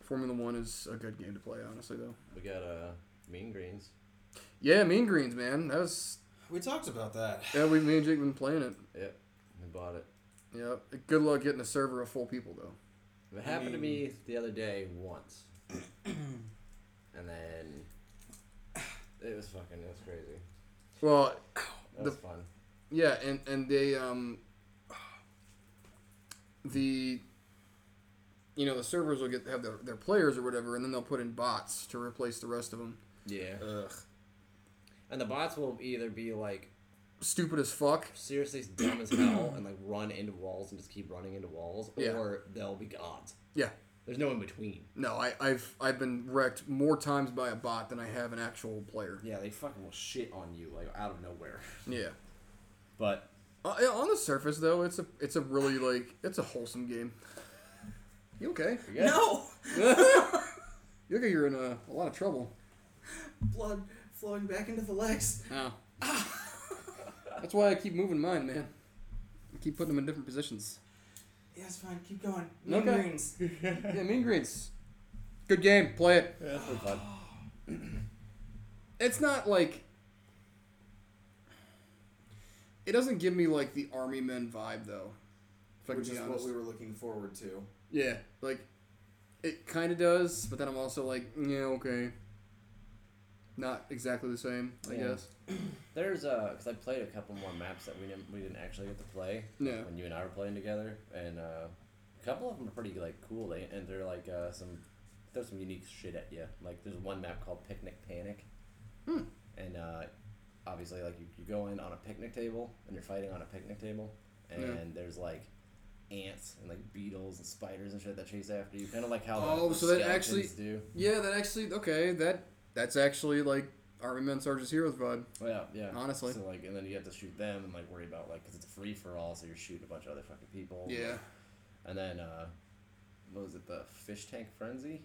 Speaker 4: Formula One is a good game to play, honestly, though.
Speaker 1: We got uh mean greens.
Speaker 4: Yeah, Mean Greens, man. That was
Speaker 3: We talked about that.
Speaker 4: yeah. We me and Jake been playing it.
Speaker 1: Yep. We bought it.
Speaker 4: Yeah. Good luck getting a server of full people, though.
Speaker 1: It happened to me the other day once, and then it was fucking. It was crazy.
Speaker 4: Well,
Speaker 1: That
Speaker 4: The-
Speaker 1: was fun.
Speaker 4: Yeah, and and they um the you know the servers will get have their, their players or whatever, and then they'll put in bots to replace the rest of them.
Speaker 1: Yeah.
Speaker 4: Ugh,
Speaker 1: And the bots will either be like
Speaker 4: stupid as fuck.
Speaker 1: seriously dumb as hell and like run into walls and just keep running into walls,
Speaker 4: Yeah.
Speaker 1: or they'll be gods.
Speaker 4: Yeah,
Speaker 1: There's no in between.
Speaker 4: no, I, I've I've been wrecked more times by a bot than I have an actual player.
Speaker 1: Yeah, they fucking will shit on you like out of nowhere.
Speaker 4: Yeah.
Speaker 1: But
Speaker 4: Uh, yeah, on the surface though, it's a it's a really like it's a wholesome game. You okay?
Speaker 1: yeah.
Speaker 3: No
Speaker 4: You okay? You're in a, a lot of trouble.
Speaker 3: blood flowing back into the legs.
Speaker 4: Oh. That's why I keep moving mine, man. I keep putting them in different positions.
Speaker 3: Yeah, it's fine. Keep going.
Speaker 4: Mean Okay.
Speaker 3: Greens.
Speaker 4: Yeah, Mean Greens. Good game. Play it.
Speaker 1: that's pretty fun.
Speaker 4: It's not like. It doesn't give me like the army men vibe though. If I can
Speaker 3: Which
Speaker 4: be
Speaker 3: is
Speaker 4: honest.
Speaker 3: what we were looking forward to.
Speaker 4: Yeah, like it kind of does, but then I'm also like, yeah, okay. Not exactly the same, I
Speaker 1: Yeah.
Speaker 4: guess.
Speaker 1: There's uh, cause I played a couple more maps that we didn't we didn't actually get to play.
Speaker 4: Yeah.
Speaker 1: When you and I were playing together, and uh, a couple of them are pretty like cool. They and they're like uh, some there's some unique shit at you. Like there's one map called Picnic Panic,
Speaker 4: Hmm.
Speaker 1: and uh, obviously like you, you go in on a picnic table and you're fighting on a picnic table and
Speaker 4: Yeah.
Speaker 1: there's like ants and like beetles and spiders and shit that chase after you kind of like how
Speaker 4: Oh,
Speaker 1: the
Speaker 4: so that actually-
Speaker 1: skeletons do
Speaker 4: Yeah, that actually okay. That that's actually like Army Men Sergeant's Heroes vibe.
Speaker 1: Well, yeah yeah
Speaker 4: Honestly.
Speaker 1: so like and then you have to shoot them and like worry about like because it's a free for all so you're shooting a bunch of other fucking people
Speaker 4: Yeah,
Speaker 1: and then uh what was it the fish tank frenzy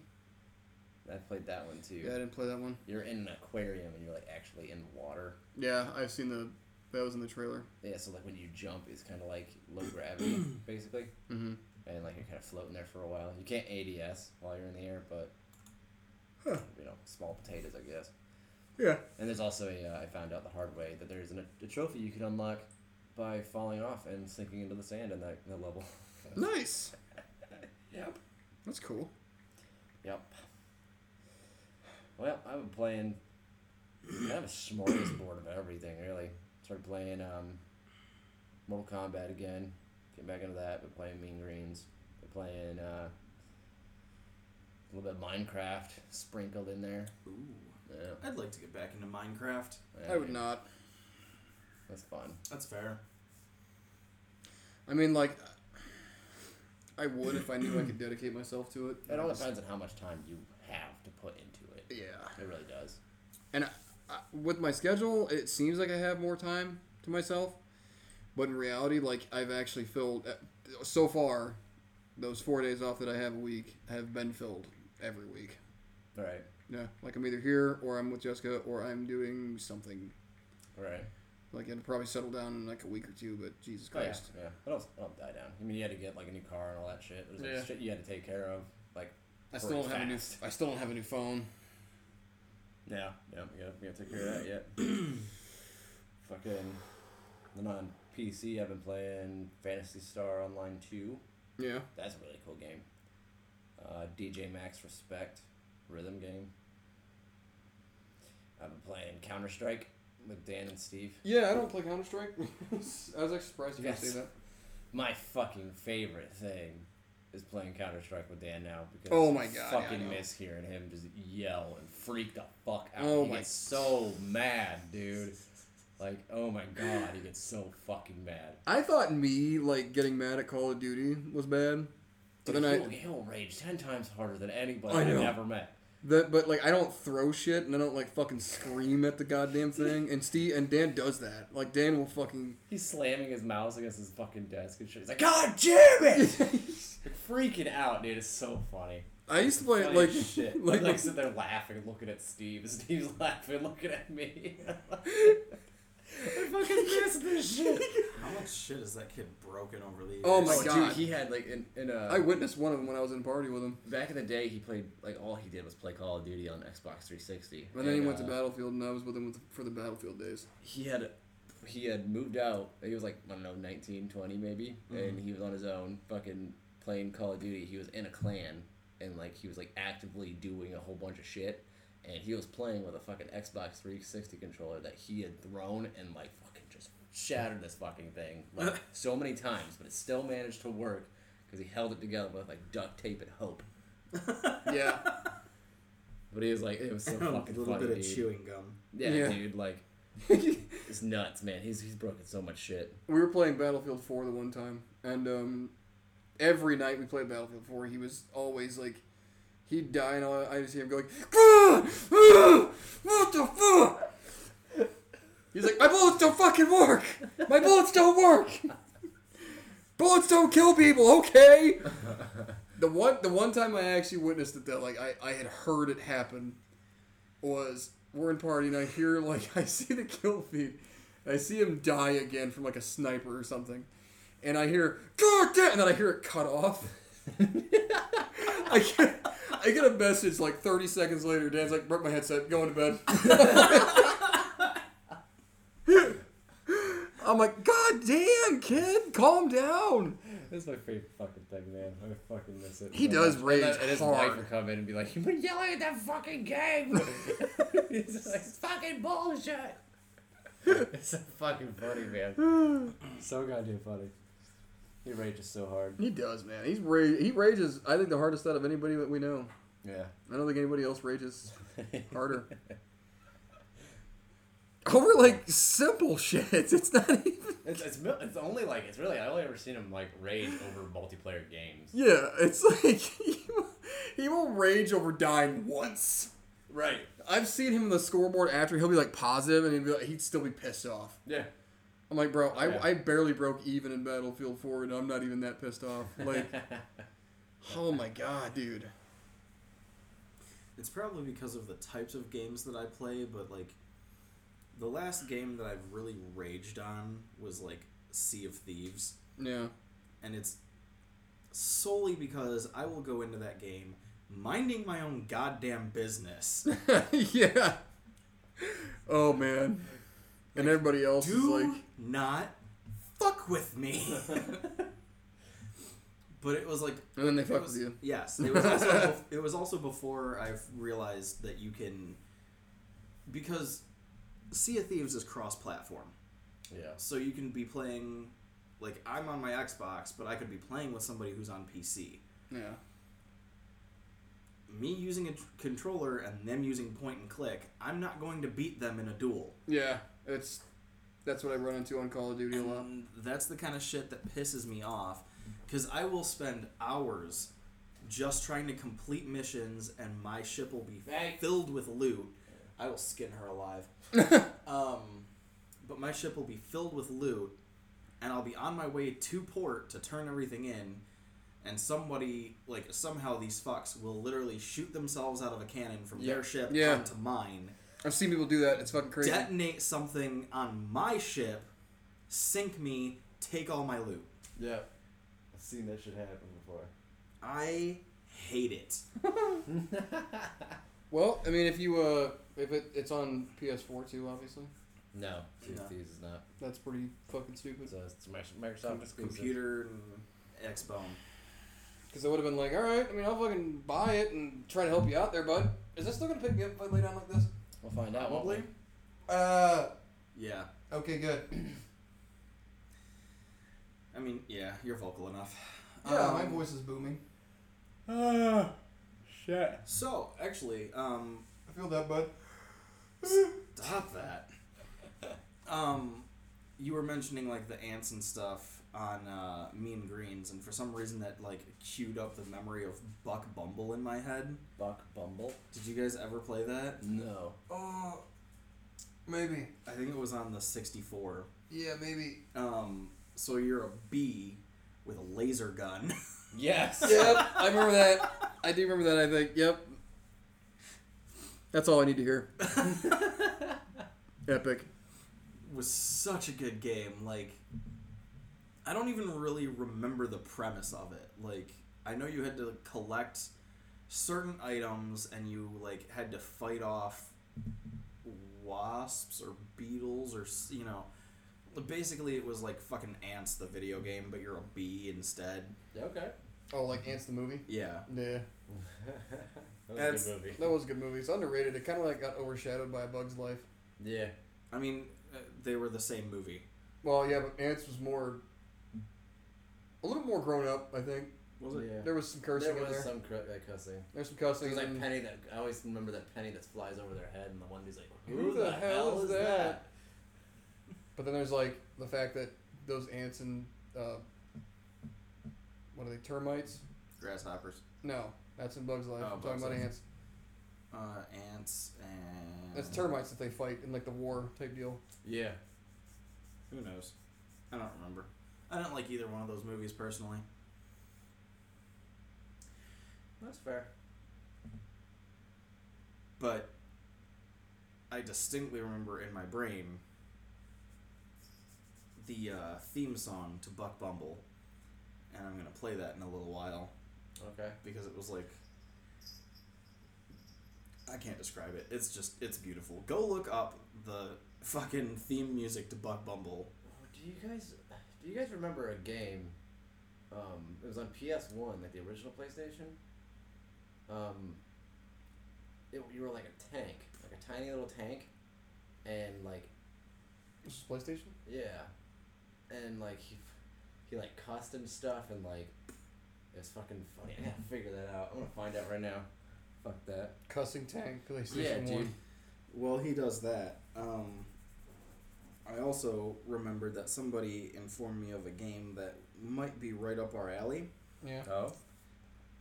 Speaker 1: I played that one too
Speaker 4: yeah. I didn't play that one.
Speaker 1: you're in an aquarium and you're like actually in water
Speaker 4: Yeah, I've seen the that was in the trailer.
Speaker 1: yeah so like when you jump it's kind of like low gravity basically
Speaker 4: hmm
Speaker 1: and like you're kind of floating there for a while. You can't ADS while you're in the air, but
Speaker 4: Huh.
Speaker 1: you know, small potatoes, I guess.
Speaker 4: Yeah.
Speaker 1: And there's also a uh, I found out the hard way that there's an, a trophy you can unlock by falling off and sinking into the sand in that, that level.
Speaker 4: Nice.
Speaker 1: Yep.
Speaker 4: That's cool.
Speaker 1: Yep. Well, I've been playing kind of a smorgasbord of everything, really. Started playing um, Mortal Kombat again. Getting back into that. Been playing Mean Greens. Been playing uh, a little bit of Minecraft sprinkled in there.
Speaker 3: Ooh.
Speaker 1: Yeah.
Speaker 3: I'd like to get back into Minecraft.
Speaker 1: yeah,
Speaker 4: I would not.
Speaker 1: That's fun.
Speaker 3: That's fair.
Speaker 4: I mean, like, I would if I knew I could dedicate myself to it.
Speaker 1: It all depends on how much time you have to put into it.
Speaker 4: Yeah.
Speaker 1: It really does.
Speaker 4: and I, I, with my schedule, it seems like I have more time to myself, but in reality, like I've actually filled uh, so far those four days off that I have a week have been filled every week.
Speaker 1: All right.
Speaker 4: Yeah, like I'm either here or I'm with Jessica or I'm doing something.
Speaker 1: All right.
Speaker 4: Like it'll probably settle down in like a week or two, but Jesus
Speaker 1: Oh, yeah,
Speaker 4: Christ.
Speaker 1: yeah. I don't, I don't die down. I mean, you had to get like a new car and all that shit. There's like,
Speaker 4: Yeah.
Speaker 1: shit you had to take care of. Like,
Speaker 4: I still don't have a new.
Speaker 1: Fast.
Speaker 4: I still don't have a new phone.
Speaker 1: yeah, yeah, we gotta, we gotta take care of that yet. Fucking. Then on PC, I've been playing Fantasy Star Online 2.
Speaker 4: Yeah.
Speaker 1: That's a really cool game. Uh, DJ Max Respect, rhythm game. I've been playing Counter Strike with Dan and Steve.
Speaker 4: Yeah, I don't play Counter Strike. I was actually surprised
Speaker 1: you didn't say that. My fucking favorite thing is playing Counter Strike with Dan now because
Speaker 4: Oh my God, yeah, I
Speaker 1: fucking
Speaker 4: know.
Speaker 1: miss hearing him just yell and freak the fuck out.
Speaker 4: Oh
Speaker 1: he
Speaker 4: my-
Speaker 1: gets so mad, dude. Like, oh my god, he gets so fucking mad.
Speaker 4: I thought me like getting mad at Call of Duty was bad, but
Speaker 1: Dude,
Speaker 4: then I
Speaker 1: he'll, he'll rage ten times harder than anybody
Speaker 4: I
Speaker 1: I've
Speaker 4: know.
Speaker 1: ever met.
Speaker 4: That, but like I don't throw shit and I don't like fucking scream at the goddamn thing. And Steve and Dan does that. Like Dan will fucking
Speaker 1: He's slamming his mouse against his fucking desk and shit. He's like, God damn it! like, freaking out, dude. It's so funny.
Speaker 4: I used to play it
Speaker 1: Funny
Speaker 4: like
Speaker 1: as shit. I'd,
Speaker 4: like,
Speaker 1: Like, sit there laughing, looking at Steve. Steve's laughing, looking at me. I fucking miss this shit.
Speaker 3: How much shit has that kid broken over the years?
Speaker 4: Oh my God.
Speaker 1: dude, he had like in, in uh,
Speaker 4: I witnessed one of them when I was in a party with him.
Speaker 1: back in the day, he played like all he did was play Call of Duty on Xbox 360.
Speaker 4: And then he went to
Speaker 1: uh,
Speaker 4: Battlefield and I was with him with for the Battlefield days.
Speaker 1: he had he had moved out he was like i don't know 19 20 maybe
Speaker 3: Mm-hmm.
Speaker 1: and he was on his own fucking playing call of duty he was in a clan and like he was like actively doing a whole bunch of shit and he was playing with a fucking xbox 360 controller that he had thrown and like fucking just shattered this fucking thing like so many times but it still managed to work because he held it together with like duct tape and hope
Speaker 4: Yeah,
Speaker 1: but he was like it was so
Speaker 3: And a
Speaker 1: fucking
Speaker 3: little
Speaker 1: funny
Speaker 3: bit of
Speaker 1: dude.
Speaker 3: chewing gum.
Speaker 1: Yeah,
Speaker 4: Yeah.
Speaker 1: dude like it's nuts man he's he's broken so much shit
Speaker 4: we were playing Battlefield Four the one time, and um, every night we played Battlefield Four. He was always like. He'd die and all, I just hear him going, "Ah! Ah! What the fuck? He's like, my bullets don't fucking work. My bullets don't work. bullets don't kill people. Okay. the one, the one time I actually witnessed it though, like I, I had heard it happen, was we're in party and I hear like I see the kill feed, and I see him die again from like a sniper or something, and I hear God damn, and then I hear it cut off. I get, I get a message like 30 seconds later. Dan's like, broke my headset, going to bed. I'm like, God damn, kid, calm down.
Speaker 1: That's my favorite fucking thing, man. I fucking miss it.
Speaker 4: He
Speaker 1: so
Speaker 4: does
Speaker 1: much.
Speaker 4: rage
Speaker 1: and, then- and his
Speaker 4: hard.
Speaker 1: wife would come in and be like, "You've been yelling at that fucking game. He's just like, it's fucking bullshit." it's so fucking funny, man. so goddamn funny. He rages so hard.
Speaker 4: He does, man. He's ra- he rages. I think the hardest out of anybody that we know.
Speaker 1: Yeah.
Speaker 4: I don't think anybody else rages harder. over like simple shit. It's not even.
Speaker 1: It's, it's mil- it's only like it's really I only ever seen him like rage over multiplayer games.
Speaker 4: Yeah, it's like he will, he will rage over dying once.
Speaker 1: Right.
Speaker 4: I've seen him in the scoreboard after. He'll be like positive, and he'd be like, he'd still be pissed off.
Speaker 1: Yeah.
Speaker 4: I'm like, bro, I,
Speaker 1: Yeah.
Speaker 4: I barely broke even in Battlefield 4, and I'm not even that pissed off. Like, oh my god, dude.
Speaker 3: It's probably because of the types of games that I play, but like the last game that I've really raged on was like Sea of Thieves,
Speaker 4: Yeah,
Speaker 3: and it's solely because I will go into that game minding my own goddamn business.
Speaker 4: yeah. Oh man, and everybody else is
Speaker 3: Do
Speaker 4: like,
Speaker 3: not fuck with me. but it was like
Speaker 4: and then they
Speaker 3: it
Speaker 4: fuck
Speaker 3: was-
Speaker 4: with you.
Speaker 3: Yes, it was also bef- it was also before I've realized that you can because Sea of Thieves is cross-platform,
Speaker 1: Yeah.
Speaker 3: so you can be playing like I'm on my Xbox, but I could be playing with somebody who's on PC.
Speaker 4: Yeah.
Speaker 3: Me using a tr- controller and them using point and click, I'm not going to beat them in a duel.
Speaker 4: Yeah, it's that's what I run into on Call of Duty a lot.
Speaker 3: And that's the kind of shit that pisses me off because I will spend hours just trying to complete missions and my ship will be
Speaker 1: Hey.
Speaker 3: filled with loot. I will skin her alive. um, but my ship will be filled with loot and I'll be on my way to port to turn everything in and somebody like somehow these fucks will literally shoot themselves out of a cannon from
Speaker 4: Yeah.
Speaker 3: their ship
Speaker 4: Yeah.
Speaker 3: onto mine
Speaker 4: I've seen people do that. It's fucking crazy.
Speaker 3: detonate something on my ship, sink me, take all my loot.
Speaker 1: Yeah. I've seen that shit happen before.
Speaker 3: I hate it.
Speaker 4: well, I mean, if you uh, if it, it's on PS4 too, obviously,
Speaker 1: No, Sea
Speaker 3: No.
Speaker 1: of Thieves is not.
Speaker 4: that's pretty fucking stupid.
Speaker 1: It's a it's a Mic- Microsoft exclusive.
Speaker 3: Computer and Xbone.
Speaker 4: Because I would have been like, all right, I mean, I'll fucking buy it and try to help you out there, bud. Is this still gonna pick me up if I lay down like this?
Speaker 1: We'll find out. won't
Speaker 3: Probably.
Speaker 4: Uh,
Speaker 3: Yeah.
Speaker 4: okay, good.
Speaker 3: I mean, yeah, you're vocal enough.
Speaker 4: Yeah,
Speaker 3: Um,
Speaker 4: Uh, my voice is booming.
Speaker 1: we? Ah, shit.
Speaker 3: So, actually, um,
Speaker 4: I feel that, bud.
Speaker 3: stop that. Um, you were mentioning, like, the ants and stuff on uh, Mean Greens, and for some reason that, like, queued up the memory of Buck Bumble in my head.
Speaker 1: Buck Bumble.
Speaker 3: Did you guys ever play that?
Speaker 1: No.
Speaker 4: Oh, maybe.
Speaker 3: I think it was on the 64.
Speaker 4: Yeah, maybe.
Speaker 3: Um, so you're a bee with a laser gun.
Speaker 1: Yes.
Speaker 4: Yep, I remember that. I do remember that. I think. Yep. That's all I need to hear. Epic.
Speaker 3: was such a good game. Like, I don't even really remember the premise of it. Like, I know you had to collect certain items and you like had to fight off wasps or beetles or s- you know. Basically, it was like fucking ants, the video game, but you're a bee instead.
Speaker 1: Okay.
Speaker 4: Oh, like Ants the movie.
Speaker 3: Yeah.
Speaker 4: Yeah,
Speaker 1: that was
Speaker 3: That's-
Speaker 1: a good movie.
Speaker 4: that was a good movie. It's underrated. It kind of like got overshadowed by A Bug's Life.
Speaker 1: Yeah.
Speaker 3: I mean, uh, they were the same movie.
Speaker 4: Well, yeah, but Ants was more, a little more grown up. I think
Speaker 3: Was it?
Speaker 1: Yeah.
Speaker 4: there was some cursing
Speaker 1: There was
Speaker 4: in there.
Speaker 1: some cr- uh, cussing.
Speaker 4: There's some
Speaker 1: So
Speaker 4: cussing.
Speaker 1: there's like
Speaker 4: and-
Speaker 1: penny that I always remember that penny that flies over their head, and the one dude's like,
Speaker 4: Who the hell is that?" But then there's like the fact that those ants and uh, what are they? Termites?
Speaker 3: Grasshoppers.
Speaker 4: No, that's in Bugs Life.
Speaker 3: Oh,
Speaker 4: I'm
Speaker 3: Bugs
Speaker 4: talking about
Speaker 3: Life.
Speaker 4: ants.
Speaker 3: Uh, ants and.
Speaker 4: That's termites that they fight in like the war type deal.
Speaker 1: Yeah.
Speaker 3: Who knows? I don't remember. I don't like either one of those movies personally.
Speaker 1: That's fair.
Speaker 3: but I distinctly remember in my brain the uh, theme song to Buck Bumble, and I'm gonna play that in a little while
Speaker 1: Okay.
Speaker 3: because it was like I can't describe it. It's just it's beautiful. Go look up the fucking theme music to Buck Bumble.
Speaker 1: Do you guys do you guys remember a game? Um, it was on PS One, like the original PlayStation. Um, it, you were like a tank, like a tiny little tank, and like
Speaker 4: This is PlayStation.
Speaker 1: yeah, and like he he like cussed and stuff, and like it was fucking funny. I gotta figure that out. I'm gonna find out right now. Fuck that.
Speaker 4: Cussing tank. PlayStation
Speaker 1: Yeah,
Speaker 4: One.
Speaker 1: dude.
Speaker 3: Well, he does that. Um, I also remembered that somebody informed me of a game that might be right up our alley.
Speaker 4: Yeah.
Speaker 1: Oh,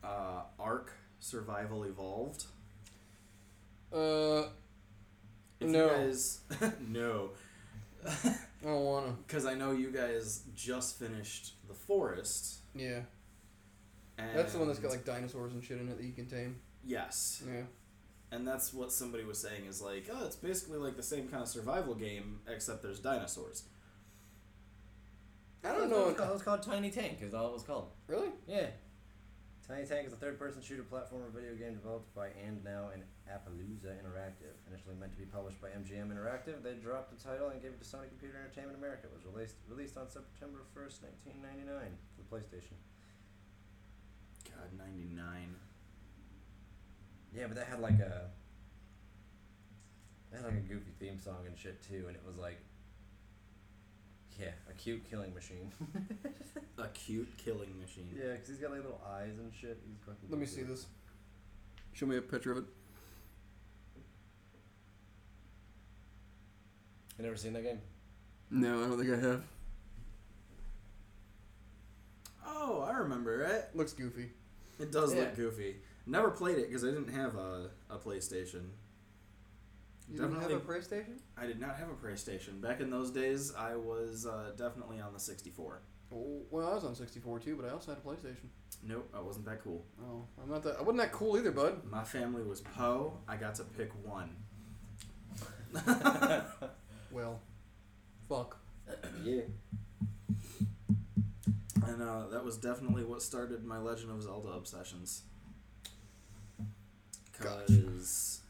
Speaker 3: Uh, Ark Survival Evolved.
Speaker 4: Uh,
Speaker 3: If
Speaker 4: No.
Speaker 3: You guys, no.
Speaker 4: I don't wanna.
Speaker 3: Because I know you guys just finished The Forest.
Speaker 4: Yeah.
Speaker 3: And
Speaker 4: That's the one that's got like dinosaurs and shit in it that you can tame.
Speaker 3: Yes.
Speaker 4: Yeah.
Speaker 3: And that's what somebody was saying is like, oh, it's basically like the same kind of survival game, except there's dinosaurs.
Speaker 4: I
Speaker 1: That was
Speaker 4: don't know.
Speaker 1: called, that was called Tiny Tank. Is all it was called.
Speaker 4: Really?
Speaker 1: Yeah. Tiny Tank is a third-person shooter platformer video game developed by And Now and Appaloosa Interactive. Initially meant to be published by MGM Interactive, they dropped the title and gave it to Sony Computer Entertainment America. It was released released on September 1st, 1999 for the PlayStation.
Speaker 3: God, 99.
Speaker 1: Yeah, but that had like a that had like a goofy theme song and shit too, and it was like yeah, a cute killing machine.
Speaker 3: A cute killing machine.
Speaker 1: yeah, because he's got like little eyes and shit. He's fucking
Speaker 4: Let me
Speaker 1: goofy.
Speaker 4: see this. Show me a picture of it.
Speaker 1: I never seen that game.
Speaker 4: No, I don't think I have.
Speaker 3: Oh, I remember it.
Speaker 4: Looks goofy.
Speaker 3: It does
Speaker 1: Yeah.
Speaker 3: look goofy. Never played it because I didn't have a, a PlayStation.
Speaker 4: You don't have
Speaker 3: Definitely-
Speaker 4: a PlayStation?
Speaker 3: I did not have a PlayStation. Back in those days, I was uh, definitely on the 64.
Speaker 4: Oh, well, I was on 64 too, but I also had a PlayStation.
Speaker 3: Nope, I wasn't that cool.
Speaker 4: Oh, I'm not that. I wasn't that cool either, bud.
Speaker 3: My family was Poe. I got to pick one.
Speaker 4: Well, fuck.
Speaker 3: Yeah. And uh, that was definitely what started my Legend of Zelda obsessions. Because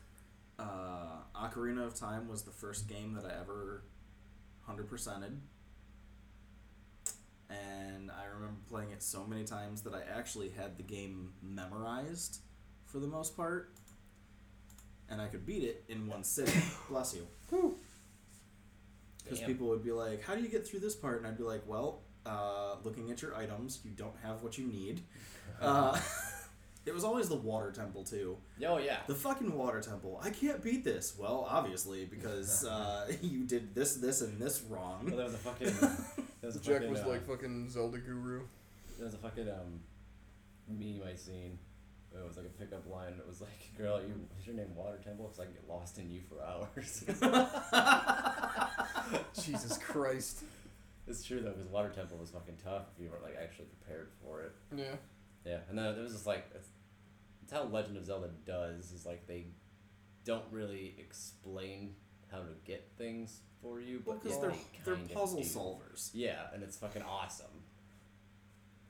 Speaker 3: uh, Ocarina of Time was the first game that I ever 100%ed. And I remember playing it so many times that I actually had the game memorized for the most part. And I could beat it in one sitting. Bless you. Because
Speaker 1: Damn.
Speaker 3: people would be like, "How do you get through this part?" And I'd be like, "Well, uh, looking at your items, you don't have what you need." Uh, it was always the water temple too.
Speaker 1: Oh yeah.
Speaker 3: The fucking water temple. I can't beat this. Well, obviously because uh, you did this, this, and this
Speaker 1: Well,
Speaker 3: wrong.
Speaker 1: there was a fucking. There was a
Speaker 4: Jack
Speaker 1: fucking,
Speaker 4: was
Speaker 1: uh,
Speaker 4: like fucking Zelda guru.
Speaker 1: There was a fucking um, meme I seen. It was like a pickup line. It was like, "Girl, you is your name Water Temple? Because I can get lost in you for hours."
Speaker 4: Jesus Christ.
Speaker 1: it's true though, because Water Temple was fucking tough if you weren't like actually prepared for it.
Speaker 4: Yeah.
Speaker 1: Yeah, and then it was just like it's, it's how Legend of Zelda does is like they don't really explain how to get things for you, but
Speaker 3: Because
Speaker 1: yet
Speaker 3: they're
Speaker 1: they
Speaker 3: they're
Speaker 1: kinda
Speaker 3: puzzle
Speaker 1: do.
Speaker 3: solvers.
Speaker 1: Yeah, and it's fucking awesome.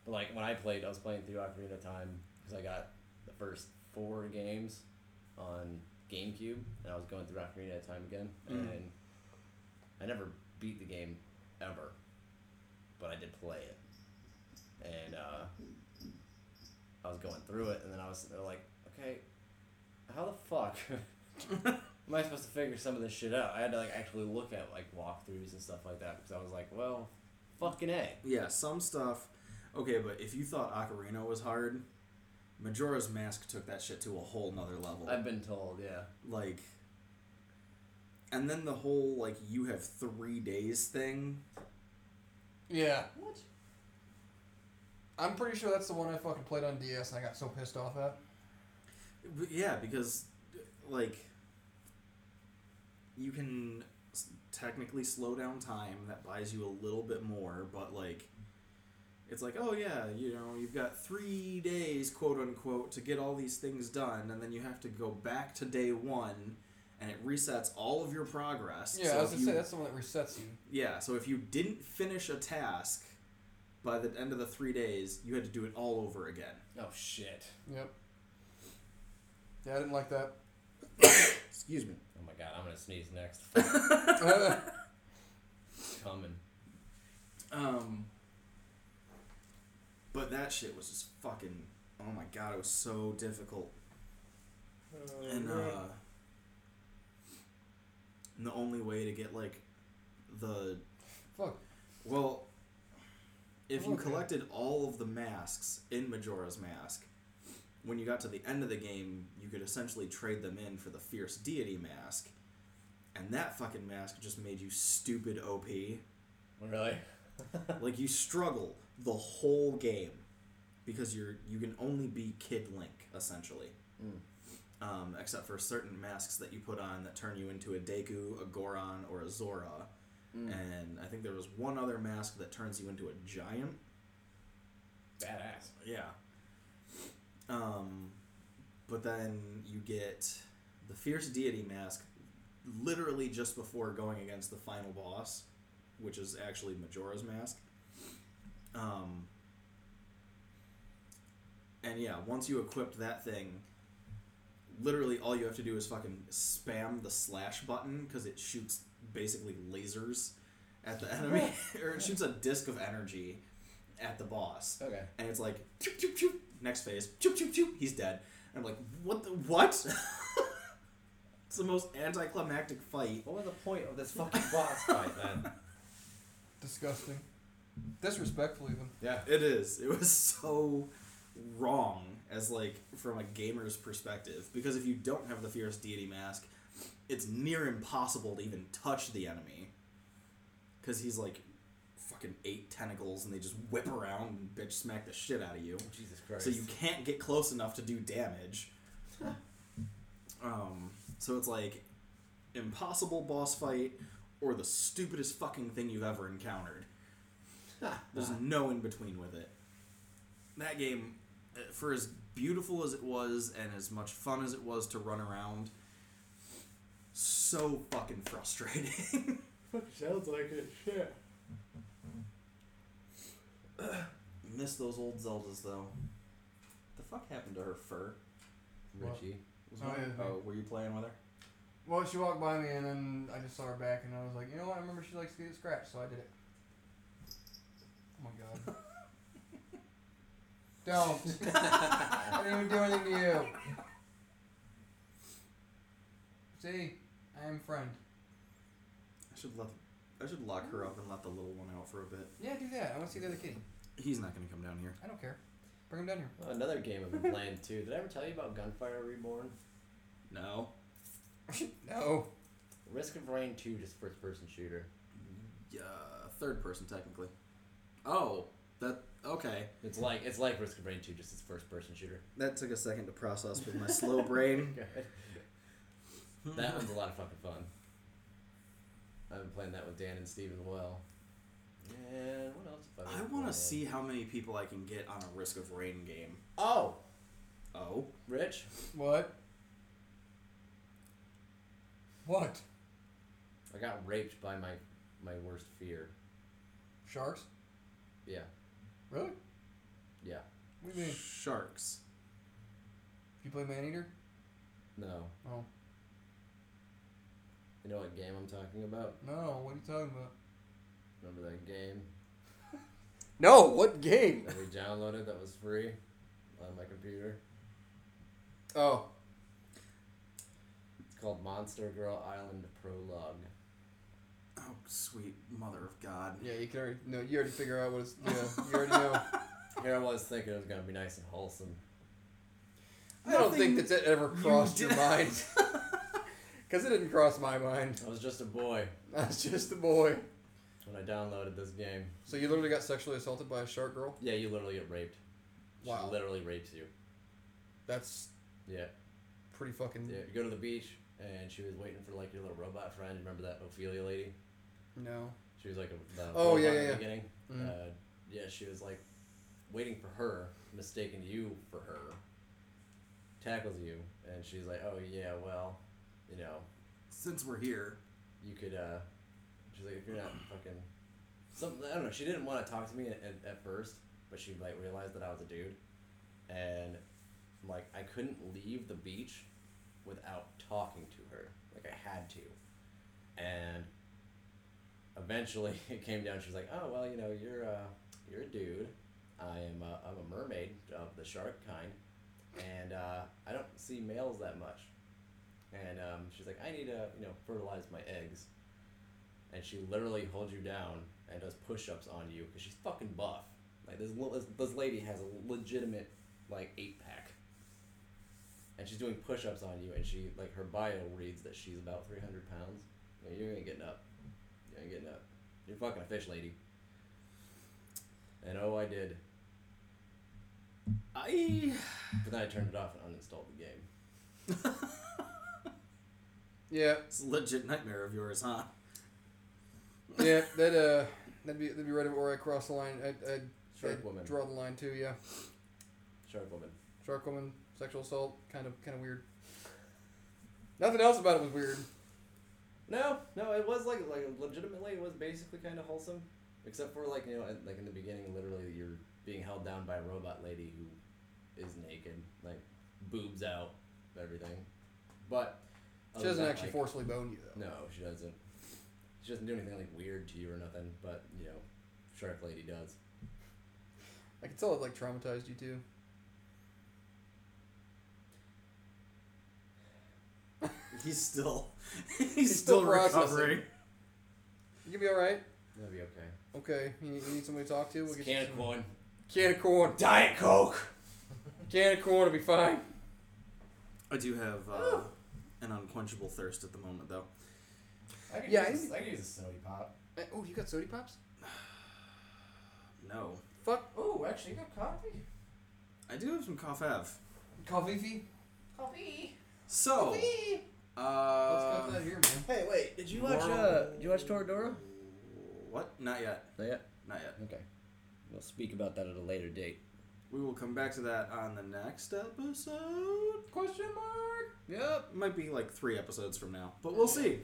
Speaker 1: But like when I played, I was playing through Ocarina of Time because I got the first four games on GameCube, and I was going through Ocarina of Time again,
Speaker 3: Mhm.
Speaker 1: and I never beat the game ever, but I did play it, and uh, I was going through it, and then I was sitting there like, okay, how the fuck am I supposed to figure some of this shit out? I had to like actually look at like walkthroughs and stuff like that because I was like, well, fucking a.
Speaker 3: Yeah, some stuff. Okay, but if you thought Ocarina was hard, Majora's Mask took that shit to a whole nother level.
Speaker 1: I've been told, yeah.
Speaker 3: like and then the whole like you have three days thing
Speaker 4: Yeah.
Speaker 1: What?
Speaker 4: I'm pretty sure that's the one I fucking played on DS and I got so pissed off at.
Speaker 3: But yeah because like you can s- technically slow down time that buys you a little bit more but like it's like oh yeah you know you've got three days quote unquote to get all these things done and then you have to go back to day one and it resets all of your progress
Speaker 4: Yeah,
Speaker 3: So
Speaker 4: I was
Speaker 3: if
Speaker 4: gonna
Speaker 3: you-
Speaker 4: say that's the one that resets you.
Speaker 3: Yeah, so if you didn't finish a task by the end of the three days, you had to do it all over again.
Speaker 1: Oh shit.
Speaker 4: Yep. Yeah, I didn't like that.
Speaker 3: Excuse me.
Speaker 1: Oh my god, I'm gonna sneeze next. Coming.
Speaker 3: Um, but that shit was just fucking. Oh my god, it was so difficult.
Speaker 4: Oh,
Speaker 3: And uh, and the only way to get like the
Speaker 4: Fuck.
Speaker 3: well, if you
Speaker 4: Okay.
Speaker 3: collected all of the masks in Majora's Mask, when you got to the end of the game, you could essentially trade them in for the Fierce Deity mask, and that fucking mask just made you stupid OP.
Speaker 1: Really?
Speaker 3: like you struggle the whole game because you're you can only be Kid Link essentially. Um, except for certain masks that you put on that turn you into a Deku, a Goron, or a Zora.
Speaker 1: Mm.
Speaker 2: Eh,
Speaker 3: And I think there was one other mask that turns you into a giant.
Speaker 1: Badass.
Speaker 3: Yeah. Um, but then you get the fierce deity mask, literally just before going against the final boss, which is actually Majora's mask. Um, and yeah, once you equipped that thing, literally all you have to do is fucking spam the slash button because it shoots basically lasers at the enemy, or it shoots a disc of energy at the boss
Speaker 1: Okay.
Speaker 3: and it's like choop choop choop next phase choop choop choop he's dead and i'm like what the what it's the most anticlimactic fight
Speaker 2: What was the point of this fucking boss fight then?
Speaker 4: Disgusting. Disrespectful, even.
Speaker 2: Yeah.
Speaker 3: it is it was so wrong as like from a gamer's perspective because if you don't have the fierce deity mask it's near impossible to even touch the enemy because he's like fucking eight tentacles and they just whip around and bitch smack the shit out of you
Speaker 1: Jesus Christ.
Speaker 3: So you can't get close enough to do damage. um, so it's like impossible boss fight or the stupidest fucking thing you've ever encountered. There's no in between with it. That game, uh, for as beautiful as it was and as much fun as it was to run around, so fucking frustrating.
Speaker 2: Sounds like it. Shit.
Speaker 3: Miss those old Zeldas though. The fuck happened to her fur?
Speaker 2: Richie.
Speaker 3: Was
Speaker 4: Oh, yeah.
Speaker 3: oh, were you playing with her?
Speaker 4: Well, she walked by me, and then I just saw her back, and I was like, you know what? I remember she likes to get scratched, so I did it. Oh my god. Don't. I didn't even do anything to you. See, I am friend.
Speaker 3: I should let. I should lock her up and let the little one out for a bit.
Speaker 4: Yeah, do that. I want to see the other kitty.
Speaker 3: He's not gonna come down here.
Speaker 4: I don't care. Bring him down here.
Speaker 2: Well,
Speaker 1: Oh, Another game I've been playing too. Did I ever tell you about Gunfire Reborn?
Speaker 3: No.
Speaker 4: No.
Speaker 1: Risk of Rain 2, just first person shooter.
Speaker 3: Yeah, third person technically. Oh, that okay.
Speaker 1: It's like it's like Risk of Rain 2, just it's first person shooter.
Speaker 3: That took a second to process with my slow brain. Hmm.
Speaker 1: that one's a lot of fucking fun. I've been playing that with Dan and Steve as well. And what else? have
Speaker 3: I
Speaker 1: been
Speaker 3: want to
Speaker 1: playing?
Speaker 3: see how many people I can get on a Risk of Rain game.
Speaker 1: Oh,
Speaker 3: Oh,
Speaker 1: Rich,
Speaker 4: What? What?
Speaker 1: I got raped by my my worst fear.
Speaker 4: Sharks?
Speaker 1: Yeah,
Speaker 4: Really?
Speaker 1: yeah.
Speaker 4: What do you mean?
Speaker 3: sharks.
Speaker 4: You play Maneater?
Speaker 1: No,
Speaker 4: Oh.
Speaker 1: you know what game I'm talking about?
Speaker 4: No, what are you talking about?
Speaker 1: Remember that game
Speaker 4: No, what game?
Speaker 1: that we downloaded that was free on my computer?
Speaker 4: Oh.
Speaker 1: It's called Monster Girl Island Prologue.
Speaker 3: Oh, sweet mother of God.
Speaker 4: Yeah, you can already no, you already figure out what it's yeah, you already know.
Speaker 1: Here I was thinking it was gonna be nice and wholesome.
Speaker 4: I don't think
Speaker 3: that.
Speaker 4: that that ever crossed
Speaker 3: you
Speaker 4: your
Speaker 3: did-
Speaker 4: mind. Cause it didn't cross my mind.
Speaker 1: I was just a boy
Speaker 4: I was just a boy.
Speaker 1: when I downloaded this game.
Speaker 4: So you literally got sexually assaulted by a shark girl?
Speaker 1: Yeah, you literally get raped. She
Speaker 4: Wow.
Speaker 1: literally rapes you.
Speaker 4: That's
Speaker 1: Yeah.
Speaker 4: pretty fucking
Speaker 1: Yeah, you go to the beach, and she was waiting for like your little robot friend. Remember that Ophelia lady?
Speaker 4: no.
Speaker 1: She was like a the
Speaker 4: Oh,
Speaker 1: robot
Speaker 4: yeah,
Speaker 1: in
Speaker 4: yeah,
Speaker 1: the
Speaker 4: yeah.
Speaker 1: beginning.
Speaker 4: Mm.
Speaker 1: Uh, yeah, she was like waiting for her, mistaking you for her. Tackles you, and she's like, "Oh yeah, well, you know,
Speaker 3: Since we're here,
Speaker 1: you could." uh She's like, "If you're not fucking something, I don't know." She didn't want to talk to me at, at, at first, but she like realized that I was a dude, and like I couldn't leave the beach without talking to her. Like I had to. And eventually it came down. She was like, "Oh well, you know, you're uh, you're a dude. I am uh, I'm a mermaid of the shark kind, and uh, I don't see males that much." And um, she's like, "I need to you know fertilize my eggs." And she literally holds you down and does push-ups on you because she's fucking buff. Like this, li- this this lady has a legitimate like eight pack and she's doing push-ups on you and she like her bio reads that she's about 300 pounds Yeah, You're gonna get up. You're gonna get up. You're fucking a fish lady. And oh, I did.
Speaker 3: I.
Speaker 1: But then I turned it off and uninstalled the game.
Speaker 4: Yeah,
Speaker 3: It's a legit nightmare of yours, huh?
Speaker 4: yeah, that uh, that'd be that'd be right where I cross the line. I'd, I'd,
Speaker 1: Shark
Speaker 4: I'd
Speaker 1: woman.
Speaker 4: draw the line too. Yeah,
Speaker 1: Shark woman.
Speaker 4: shark woman, sexual assault, kind of kind of weird. Nothing else about it was weird.
Speaker 1: No, no, it was like like legitimately, it was basically kind of wholesome, except for like you know at- like in the beginning, literally you're being held down by a robot lady who is naked, like boobs out, everything. But
Speaker 4: She
Speaker 1: other
Speaker 4: doesn't
Speaker 1: than,
Speaker 4: actually
Speaker 1: like-
Speaker 4: forcibly bone you though.
Speaker 1: Oh, No, she doesn't. She doesn't do anything like weird to you or nothing, but you know, Shark Lady does.
Speaker 4: I could tell it like traumatized you too.
Speaker 3: He's still. He's,
Speaker 4: He's still
Speaker 3: still,
Speaker 4: processing.
Speaker 3: recovering.
Speaker 4: You gonna be all right?
Speaker 1: That'd be okay.
Speaker 4: Okay. You, you need somebody to talk to. We'll get
Speaker 1: Can
Speaker 4: you
Speaker 1: of
Speaker 4: some-
Speaker 1: corn.
Speaker 4: Can of corn.
Speaker 1: Diet Coke.
Speaker 4: Can of corn will be fine.
Speaker 3: I do have uh, an unquenchable thirst at the moment, though.
Speaker 2: I could
Speaker 4: Yeah, I
Speaker 2: use,
Speaker 4: think-
Speaker 2: I could use a snowy pop.
Speaker 4: Uh, Oh, you got sody pops?
Speaker 3: No.
Speaker 4: Fuck
Speaker 2: Oh, actually, you got coffee.
Speaker 3: I do have some cough Ave.
Speaker 4: coffee fee.
Speaker 2: Coffee.
Speaker 1: Oh.
Speaker 3: So.
Speaker 4: Let's cut
Speaker 3: Uh,
Speaker 4: that here, man.
Speaker 1: Hey, wait. Did you
Speaker 3: watch, uh, did
Speaker 1: you watch Toradora?
Speaker 3: what? Not yet.
Speaker 1: Not yet.
Speaker 3: Not yet.
Speaker 1: Okay. We'll speak about that at a later date.
Speaker 3: We will come back to that on the next episode.
Speaker 4: Question mark. Yep.
Speaker 3: Might be like three episodes from now, but we'll see.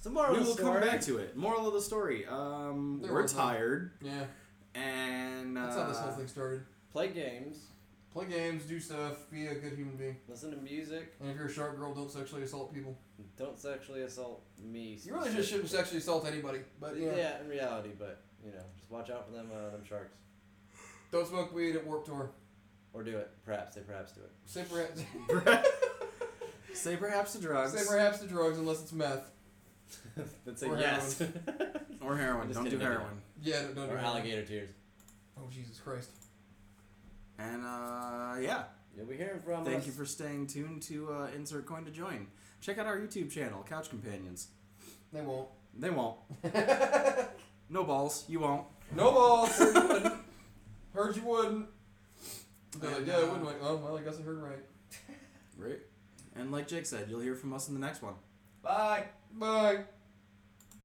Speaker 1: So moral
Speaker 3: we will come back to it. Moral of the story: um,
Speaker 4: There
Speaker 3: We're
Speaker 4: was one.
Speaker 3: tired,
Speaker 4: Yeah.
Speaker 3: and uh,
Speaker 4: That's how this whole thing started.
Speaker 1: Play games.
Speaker 4: Play games, do stuff, be a good human being.
Speaker 1: Listen to music.
Speaker 4: And if you're a sharp girl, don't sexually assault people.
Speaker 1: Don't sexually assault me.
Speaker 4: You really just shouldn't sexually assault anybody. But yeah,
Speaker 1: yeah. in reality, but you know, just watch out for them uh, them sharks.
Speaker 4: don't smoke weed at Warp Tour.
Speaker 1: Or do it. Perhaps they perhaps do it.
Speaker 4: Say perhaps,
Speaker 3: say perhaps the drugs
Speaker 4: say perhaps to drugs unless it's meth.
Speaker 1: then say
Speaker 4: Or
Speaker 1: yes.
Speaker 3: or heroin.
Speaker 1: Just
Speaker 3: Don't do
Speaker 1: kidding, I do
Speaker 3: heroin.
Speaker 4: Yeah, don't, don't do
Speaker 1: or
Speaker 4: that.
Speaker 1: alligator tears.
Speaker 4: Oh Jesus Christ!
Speaker 3: And uh, yeah,
Speaker 1: You'll be hearing from us.
Speaker 3: thank you for staying tuned to uh, insert coin to join. Check out our YouTube channel, Couch Companions.
Speaker 4: They won't.
Speaker 3: They won't. no balls. You won't.
Speaker 4: No balls. Heard you wouldn't. Heard you wouldn't. They're like,
Speaker 3: And,
Speaker 4: yeah, I
Speaker 3: uh,
Speaker 4: wouldn't. Like, oh well, I guess I heard right.
Speaker 3: Right. And like Jake said, you'll hear from us in the next one.
Speaker 4: Bye. Bye.